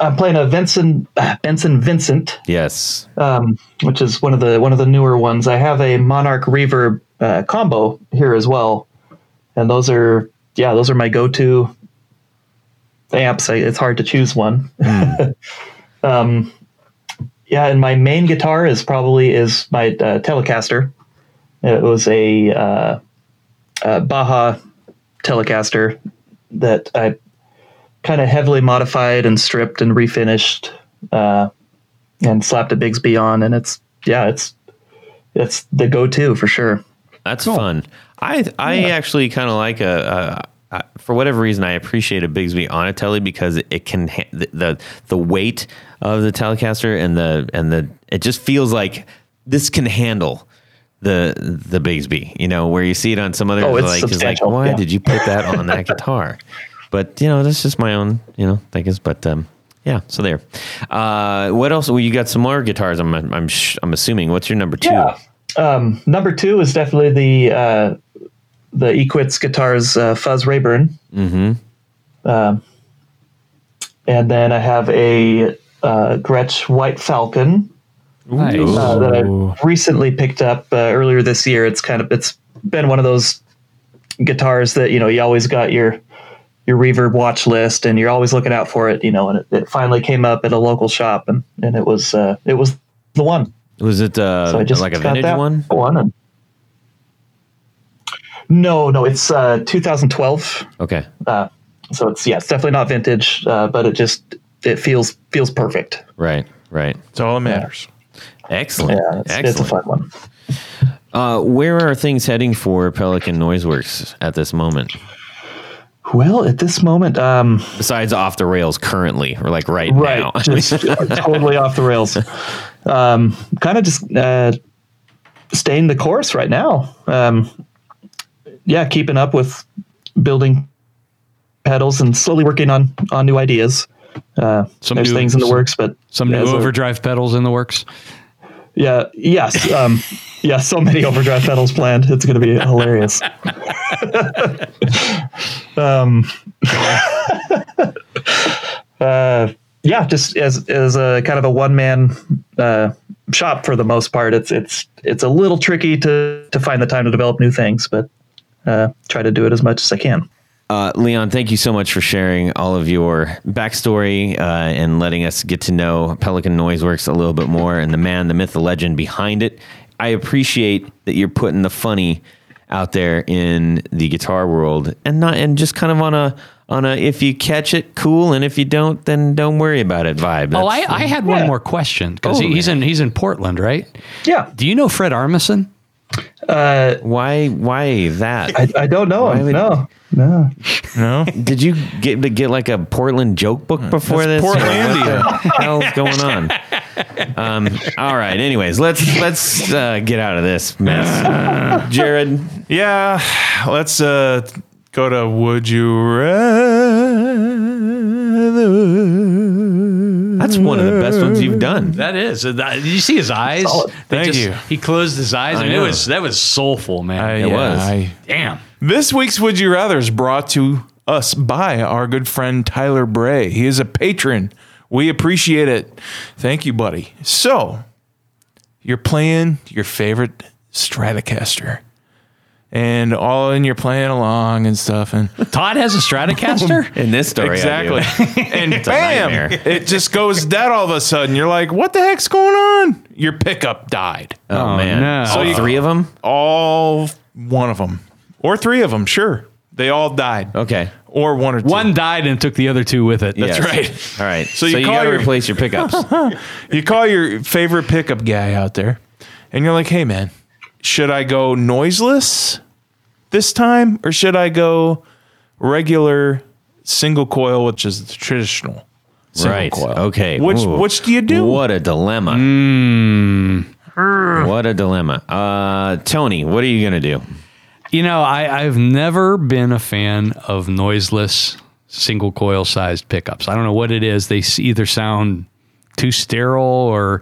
Speaker 5: I'm playing a Benson uh, Benson Vincent,
Speaker 4: Yes.
Speaker 5: um, which is one of the one of the newer ones. I have a Monarch Reverb uh, combo here as well, and those are yeah, those are my go-to amps. I, it's hard to choose one. um, yeah, and my main guitar is probably is my uh, Telecaster. It was a uh, uh, Baja Telecaster that I kind of heavily modified and stripped and refinished. Uh, and slapped a Bigsby on, and it's yeah, it's it's the go-to for sure.
Speaker 4: That's fun. I I actually kind of like a, a, a for whatever reason I appreciate a Bigsby on a telly because it can ha- the, the the weight of the Telecaster and the and the it just feels like this can handle the the Bigsby. You know where you see it on some other
Speaker 5: Oh, it's
Speaker 4: like it's like
Speaker 5: substantial,
Speaker 4: why
Speaker 5: yeah.
Speaker 4: did you put that on that guitar? But you know that's just my own you know thinkings. But um, yeah, so there. Uh, what else? Well, you got some more guitars. I'm I'm sh- I'm assuming. What's your number two?
Speaker 5: Um, number two is definitely the uh, the Equitz guitars uh, Fuzz Rayburn. Mm-hmm. Um, and then I have a uh, Gretsch White Falcon
Speaker 2: Nice.
Speaker 5: uh, that I recently picked up uh, earlier this year. It's kind of it's been one of those guitars that you know you always got your your reverb watch list and you're always looking out for it. You know, and it, it finally came up at a local shop and and it was uh, it was the one.
Speaker 4: Was it uh,
Speaker 5: So I just
Speaker 4: like a
Speaker 5: got
Speaker 4: vintage
Speaker 5: that
Speaker 4: one?
Speaker 5: one and- no, no, it's uh, 2012.
Speaker 4: Okay.
Speaker 5: So it's yeah, it's definitely not vintage, uh, but it just it feels feels perfect.
Speaker 4: Right. Right.
Speaker 3: It's all that matters.
Speaker 4: Excellent.
Speaker 5: Yeah, it's, it's a
Speaker 4: Excellent.
Speaker 5: fun one.
Speaker 4: uh, where are things heading for Pelican Noiseworks at this moment?
Speaker 5: Well, at this moment, um,
Speaker 4: Besides off the rails currently, or like right, now.
Speaker 5: just totally off the rails. Um, kind of just uh, staying the course right now. Um, yeah, keeping up with building pedals and slowly working on on new ideas. Uh,
Speaker 2: Some
Speaker 5: there's
Speaker 2: new-
Speaker 5: things in the
Speaker 2: some-
Speaker 5: works, but
Speaker 2: Some new
Speaker 5: as of-
Speaker 2: overdrive pedals in the works.
Speaker 5: Yeah. Yes. Um, yeah. So many overdrive pedals planned. It's going to be hilarious. um, uh, yeah. Just as as a kind of a one man uh, shop for the most part. It's it's it's a little tricky to to find the time to develop new things, but uh, try to do it as much as I can.
Speaker 4: Uh, Leon, thank you so much for sharing all of your backstory uh, and letting us get to know Pelican Noise Works a little bit more and the man, the myth, the legend behind it. I appreciate that you're putting the funny out there in the guitar world and not and just kind of on a on a if you catch it, cool, and if you don't, then don't worry about it vibe.
Speaker 2: Oh, I,
Speaker 4: That's-
Speaker 2: I had one
Speaker 5: Yeah.
Speaker 2: more question because
Speaker 4: Totally.
Speaker 2: he's in he's in Portland, right?
Speaker 5: Yeah.
Speaker 2: Do you know Fred Armisen?
Speaker 4: why why that?
Speaker 5: I, I don't know.
Speaker 4: Why would-
Speaker 5: no. No.
Speaker 3: No,
Speaker 4: Did you get to get like a Portland joke book before this?
Speaker 3: That's
Speaker 4: or
Speaker 3: Portlandia.
Speaker 4: What the hell's going on? Um, all right. Anyways, let's let's uh, get out of this mess. Jared,
Speaker 3: Yeah, let's uh, go to Would You Rather.
Speaker 4: that's one of the best ones you've done.
Speaker 2: That is. uh, that- Did you see his eyes? They
Speaker 3: Thank you.
Speaker 2: He closed his eyes, and it
Speaker 4: know.
Speaker 2: was that was soulful, man.
Speaker 3: I-
Speaker 4: It was.
Speaker 3: I-
Speaker 2: Damn.
Speaker 3: this week's Would You Rather is brought to us by our good friend Tyler Bray. He is a patron. We appreciate it. Thank you, buddy. So, you're playing your favorite Stratocaster. And all in you're playing along and stuff and
Speaker 2: Todd has a Stratocaster.
Speaker 4: In this story, I do.
Speaker 3: Exactly. and
Speaker 4: nightmare.
Speaker 3: bam, it just goes dead all of a sudden. You're like, what the heck's going on? Your pickup died.
Speaker 4: Oh, man.
Speaker 2: no.
Speaker 4: All
Speaker 2: So you-
Speaker 4: three of them.
Speaker 3: All one of them, or three of them, sure. They all died.
Speaker 4: Okay.
Speaker 3: Or one or two.
Speaker 2: one died and took the other two with it.
Speaker 4: Yes.
Speaker 3: right.
Speaker 4: All right. So
Speaker 3: you
Speaker 4: you,
Speaker 3: call
Speaker 4: gotta
Speaker 3: your-
Speaker 4: replace your pickups.
Speaker 3: You call your favorite pickup guy out there, and you're like, hey, man, should I go noiseless this time, or should I go regular single coil, which is the traditional? single
Speaker 4: right.
Speaker 3: coil?
Speaker 4: Okay.
Speaker 3: Which
Speaker 4: Ooh.
Speaker 3: which do you do? Hmm.
Speaker 4: What a dilemma. What a dilemma. Uh, Tony, what are you gonna do?
Speaker 2: You know, I, I've never been a fan of noiseless single coil sized pickups. I don't know what it is. They s- either sound too sterile or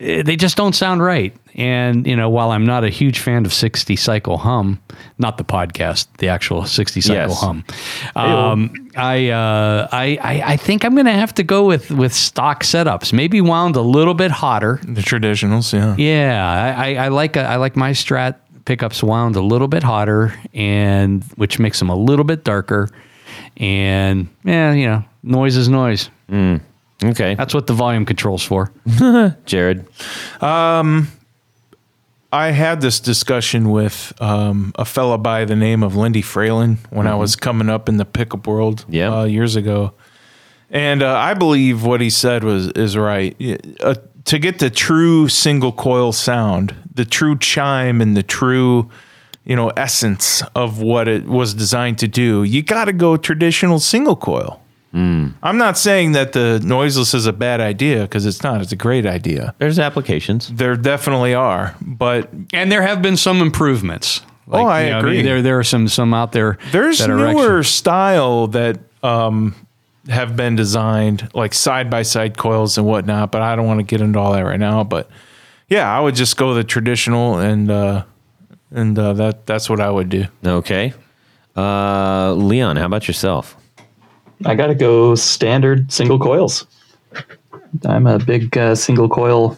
Speaker 2: eh, they just don't sound right. And, you know, while I'm not a huge fan of 60 cycle hum, not the podcast, the actual 60 cycle
Speaker 4: Yes.
Speaker 2: hum, um, I, uh, I, I, I think I'm going to have to go with, with stock setups, maybe wound a little bit hotter.
Speaker 3: The traditionals, yeah.
Speaker 2: Yeah, I, I, I like a, I like my Strat pickups wound a little bit hotter, and which makes them a little bit darker. And yeah, you know, noise is noise.
Speaker 4: Okay.
Speaker 2: That's what the volume controls for.
Speaker 4: Jared.
Speaker 3: I had this discussion with um, a fella by the name of Lindy Fralin when I was coming up in the pickup world
Speaker 4: Yeah.
Speaker 3: uh, years ago. And uh, I believe what he said was is right. Yeah, Uh, to get the true single coil sound, the true chime, and the true you know essence of what it was designed to do, you got to go traditional single coil. I'm not saying that the noiseless is a bad idea because it's not. It's a great idea.
Speaker 4: There's applications.
Speaker 3: There definitely are, but
Speaker 2: And there have been some improvements.
Speaker 3: Oh, I agree.
Speaker 2: there there are some some out there.
Speaker 3: There's
Speaker 2: that are
Speaker 3: newer
Speaker 2: actually-
Speaker 3: style that um, have been designed like side by side coils and whatnot, but I don't want to get into all that right now. But yeah, I would just go the traditional and uh, and uh, that that's what I would do.
Speaker 4: Okay. Uh, Leon, how about yourself?
Speaker 5: I gotta go standard single coils. I'm a big uh, single coil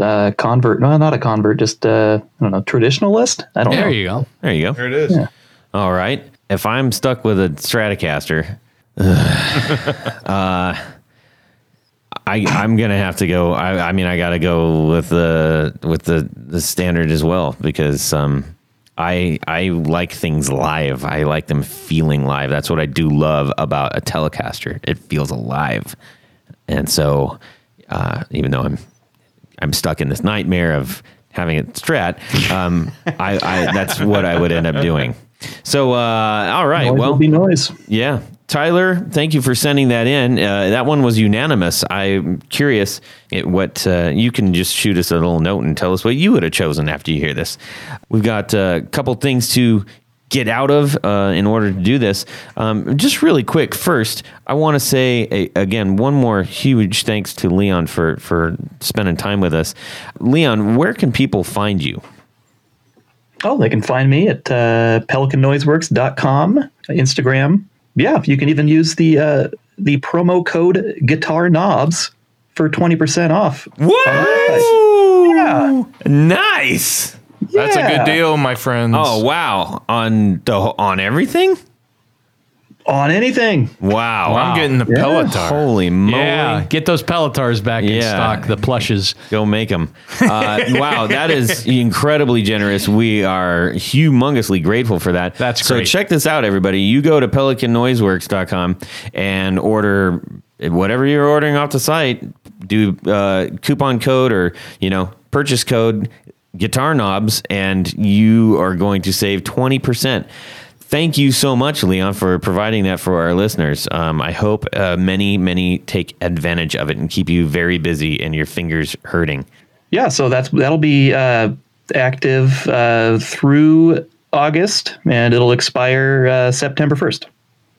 Speaker 5: uh, convert. No, not a convert. Just uh, I don't know traditionalist. I don't know.
Speaker 2: There you go.
Speaker 4: There you go.
Speaker 3: it is.
Speaker 4: All right. If I'm stuck with a Stratocaster, uh, I I'm gonna have to go. I, I mean, I gotta go with the with the, the standard as well because um, I I like things live. I like them feeling live. That's what I do love about a Telecaster. It feels alive, and so uh, even though I'm I'm stuck in this nightmare of having a strat. Um, I, I that's what I would end up doing. So, uh, all right,
Speaker 5: Noise
Speaker 4: well,
Speaker 5: will be noise.
Speaker 4: yeah, Tyler, thank you for sending that in. Uh, that one was unanimous. I'm curious at what uh, you can just shoot us a little note and tell us what you would have chosen after you hear this. We've got uh, a couple things to get out of uh, in order to do this. Um, just really quick, first, I want to say a, again one more huge thanks to Leon for for spending time with us. Leon, where can people find you?
Speaker 5: Oh, they can find me at uh, pelicannoiseworks.com, Instagram. Yeah, you can even use the uh, the promo code guitar knobs for twenty percent off.
Speaker 4: What?
Speaker 5: Yeah.
Speaker 4: Nice.
Speaker 3: That's a
Speaker 5: Yeah.
Speaker 3: good deal, my friends.
Speaker 4: Oh wow! On the on everything.
Speaker 5: on anything.
Speaker 4: Wow.
Speaker 3: I'm getting the Pelotar.
Speaker 4: Holy moly.
Speaker 2: Yeah, get those Pelotars back in
Speaker 4: Yeah.
Speaker 2: stock. The plushes.
Speaker 4: Go make them. Uh, wow, that is incredibly generous. We are humongously grateful for that.
Speaker 2: That's
Speaker 4: so
Speaker 2: great.
Speaker 4: check this out, everybody. You go to pelicannoiseworks.com and order whatever you're ordering off the site. Do uh, coupon code or you know purchase code guitar knobs, and you are going to save twenty percent. Thank you so much, Leon, for providing that for our listeners. Um, I hope uh, many, many take advantage of it and keep you very busy and your fingers hurting.
Speaker 5: Yeah, so that's that'll be uh, active uh, through August, and it'll expire uh, September first.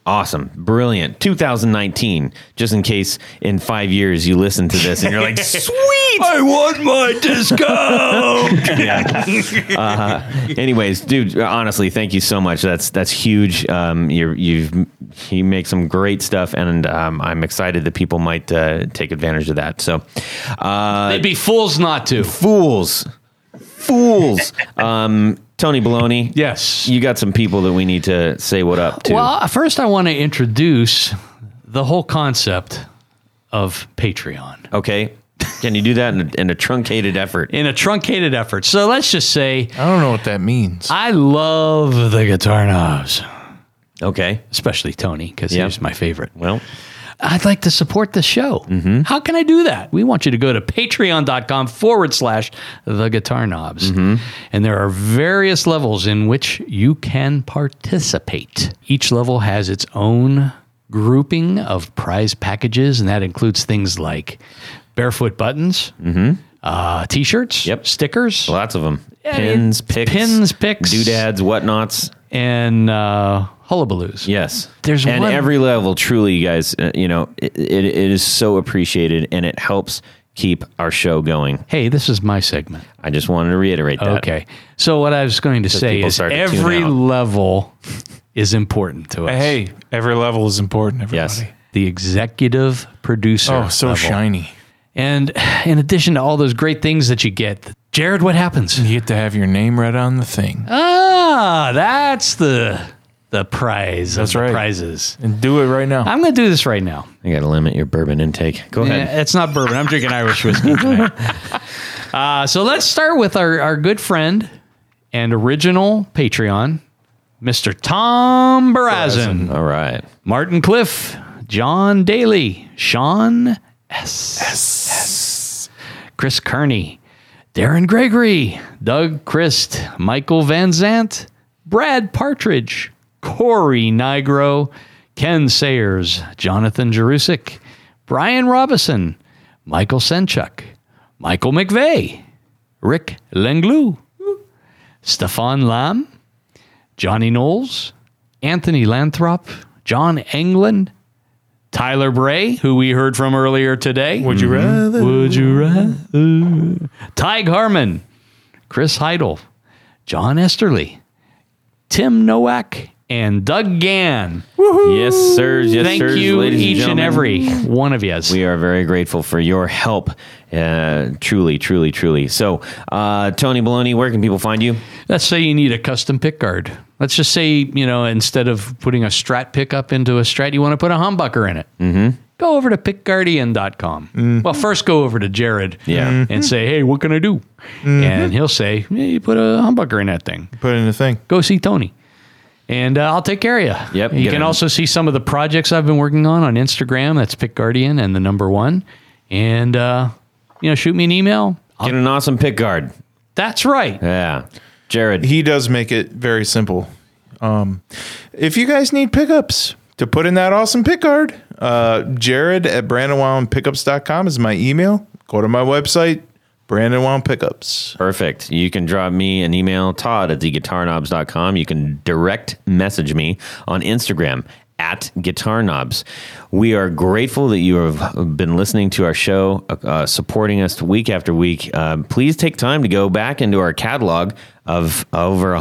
Speaker 4: Awesome. Brilliant. 2019, just in case in five years you listen to this and you're like, sweet. I want my discount. uh, anyways, dude, honestly, thank you so much. That's that's huge. Um, you're, you've you make some great stuff, and um, I'm excited that people might uh, take advantage of that. So, uh,
Speaker 2: They'd be fools not to.
Speaker 4: fools, fools. um, Tony Baloney.
Speaker 2: Yes.
Speaker 4: You got some people that we need to say what up to.
Speaker 2: Well, first I want to introduce the whole concept of Patreon
Speaker 4: Okay. Can you do that in a, in a truncated effort?
Speaker 2: in a truncated effort. So let's just say
Speaker 3: I don't know what that means.
Speaker 2: I love the guitar knobs,
Speaker 4: Okay.
Speaker 2: especially Tony because
Speaker 4: Yeah.
Speaker 2: he's my favorite.
Speaker 4: Well,
Speaker 2: I'd like to support the show.
Speaker 4: Mm-hmm.
Speaker 2: How can I do that? We want you to go to patreon.com forward slash the guitar knobs.
Speaker 4: Mm-hmm.
Speaker 2: And there are various levels in which you can participate. Each level has its own grouping of prize packages, and that includes things like barefoot buttons, uh, t shirts,
Speaker 4: Mm-hmm. Yep.
Speaker 2: stickers,
Speaker 4: lots of them.
Speaker 2: Yeah,
Speaker 4: Pins,
Speaker 2: it's
Speaker 4: picks,
Speaker 2: pins, picks.
Speaker 4: doodads, whatnots.
Speaker 2: and uh, hullabaloos.
Speaker 4: Yes.
Speaker 2: There's
Speaker 4: and
Speaker 2: one-
Speaker 4: every level, truly, you guys, uh, you know, it, it, it is so appreciated and it helps keep our show going.
Speaker 2: Hey, this is my segment.
Speaker 4: I just wanted to reiterate that.
Speaker 2: Okay. So what I was going to say
Speaker 4: people
Speaker 2: is
Speaker 4: start to tune
Speaker 2: every
Speaker 4: out.
Speaker 2: level is important to us.
Speaker 3: hey, every level is important. Everybody.
Speaker 4: Yes.
Speaker 2: The executive producer.
Speaker 3: Oh, so
Speaker 2: level.
Speaker 3: shiny.
Speaker 2: And in addition to all those great things that you get, Jared, what happens?
Speaker 3: You get to have your name read on the thing
Speaker 2: Uh, Ah, that's the the prize. That's
Speaker 3: right.
Speaker 2: Prizes.
Speaker 3: and do it right now.
Speaker 2: I'm going to do this right now.
Speaker 4: I got to limit your bourbon intake. Go ahead.
Speaker 2: Yeah, it's not bourbon. I'm drinking Irish whiskey tonight. uh, so let's start with our, our good friend and original Patreon, Mr. Tom Barazin.
Speaker 4: All right.
Speaker 2: Martin Cliff, John Daly, Sean S. Chris Kearney, Darren Gregory, Doug Christ, Michael Van Zant, Brad Partridge, Corey Nigro, Ken Sayers, Jonathan Jerusik, Brian Robison, Michael Senchuk, Michael McVeigh, Rick Lenglu, Stefan Lam, Johnny Knowles, Anthony Lanthrop, John England, Tyler Bray, who we heard from earlier today. Mm-hmm.
Speaker 3: Would you rather?
Speaker 2: Would you rather? Tig Harmon, Chris Heidel, John Esterly, Tim Nowak, and Doug Gann.
Speaker 4: Yes, sirs. Yes,
Speaker 2: Thank
Speaker 4: sirs.
Speaker 2: you,
Speaker 4: ladies
Speaker 2: each and,
Speaker 4: gentlemen.
Speaker 2: every one of you.
Speaker 4: We are very grateful for your help. Uh, truly, truly, truly. So, uh, Tony Baloney, where can people find you?
Speaker 2: Let's say you need a custom pick guard. Let's just say, you know, instead of putting a strat pickup into a strat, you want to put a humbucker in it. Mm-hmm. Go over to pickguardian.com. Well, first go over to Jared
Speaker 4: Yeah.
Speaker 2: and say, hey, what can I do? And he'll say, yeah, you put a humbucker in that thing.
Speaker 3: Put in the thing.
Speaker 2: go see Tony. And uh, I'll take care of you.
Speaker 4: Yep,
Speaker 2: You
Speaker 4: get
Speaker 2: can
Speaker 4: it.
Speaker 2: also see some of the projects I've been working on on Instagram. That's Pick Guardian and the number one. And, uh, you know, shoot me an email. I'll-
Speaker 4: Get an awesome pick guard.
Speaker 2: that's right.
Speaker 4: Yeah. Jared.
Speaker 3: He does make it very simple. Um, if you guys need pickups to put in that awesome pick guard, uh, Jared at BrandonWoundPickups.com is my email. Go to my website, Brandon Wound Pickups.
Speaker 4: Perfect. You can drop me an email, Todd at theguitarknobs.com. You can direct message me on Instagram at Guitar Knobs. We are grateful that you have been listening to our show, uh, uh, supporting us week after week. Uh, please take time to go back into our catalog of over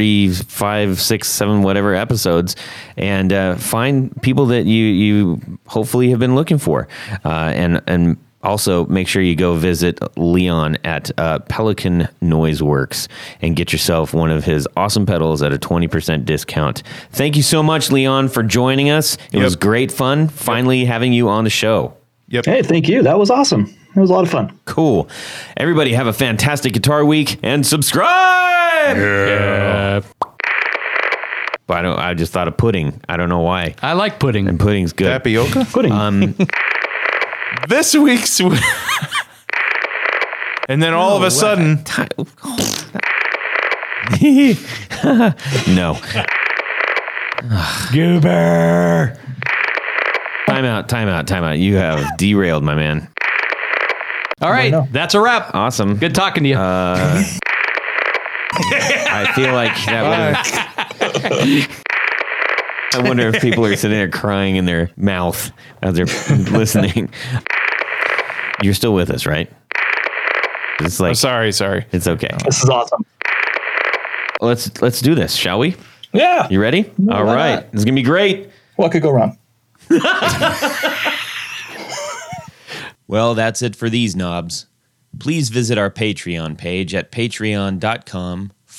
Speaker 4: 135, 6, 7, whatever episodes and uh, find people that you, you hopefully have been looking for. Uh, and, and also, make sure you go visit Leon at uh, Pelican Noise Works and get yourself one of his awesome pedals at a 20% discount. Thank you so much, Leon, for joining us. It was great fun finally having you on the show.
Speaker 5: Hey, thank you. That was awesome. That was a lot of fun.
Speaker 4: Cool. Everybody, have a fantastic guitar week and subscribe. But I, don't, I just thought of pudding. I don't know why.
Speaker 2: I like pudding.
Speaker 4: And pudding's good.
Speaker 3: Tapioca?
Speaker 5: Pudding.
Speaker 3: this week's. and then all of a sudden,
Speaker 4: No. Goober. Time out, time out, time out. You have derailed, my man.
Speaker 2: All right. That's a wrap.
Speaker 4: Awesome.
Speaker 2: Good talking to you.
Speaker 4: I feel like that would I wonder if people are sitting there crying in their mouth as they're listening. You're still with us, right? It's like
Speaker 3: oh, sorry, sorry.
Speaker 4: it's okay.
Speaker 5: this is awesome.
Speaker 4: Let's let's do this, shall we?
Speaker 5: Yeah.
Speaker 4: You ready? All
Speaker 5: why
Speaker 4: right.
Speaker 5: not?
Speaker 4: It's gonna be great.
Speaker 5: What could go wrong?
Speaker 4: Well, that's it for these knobs. Please visit our Patreon page at patreon.com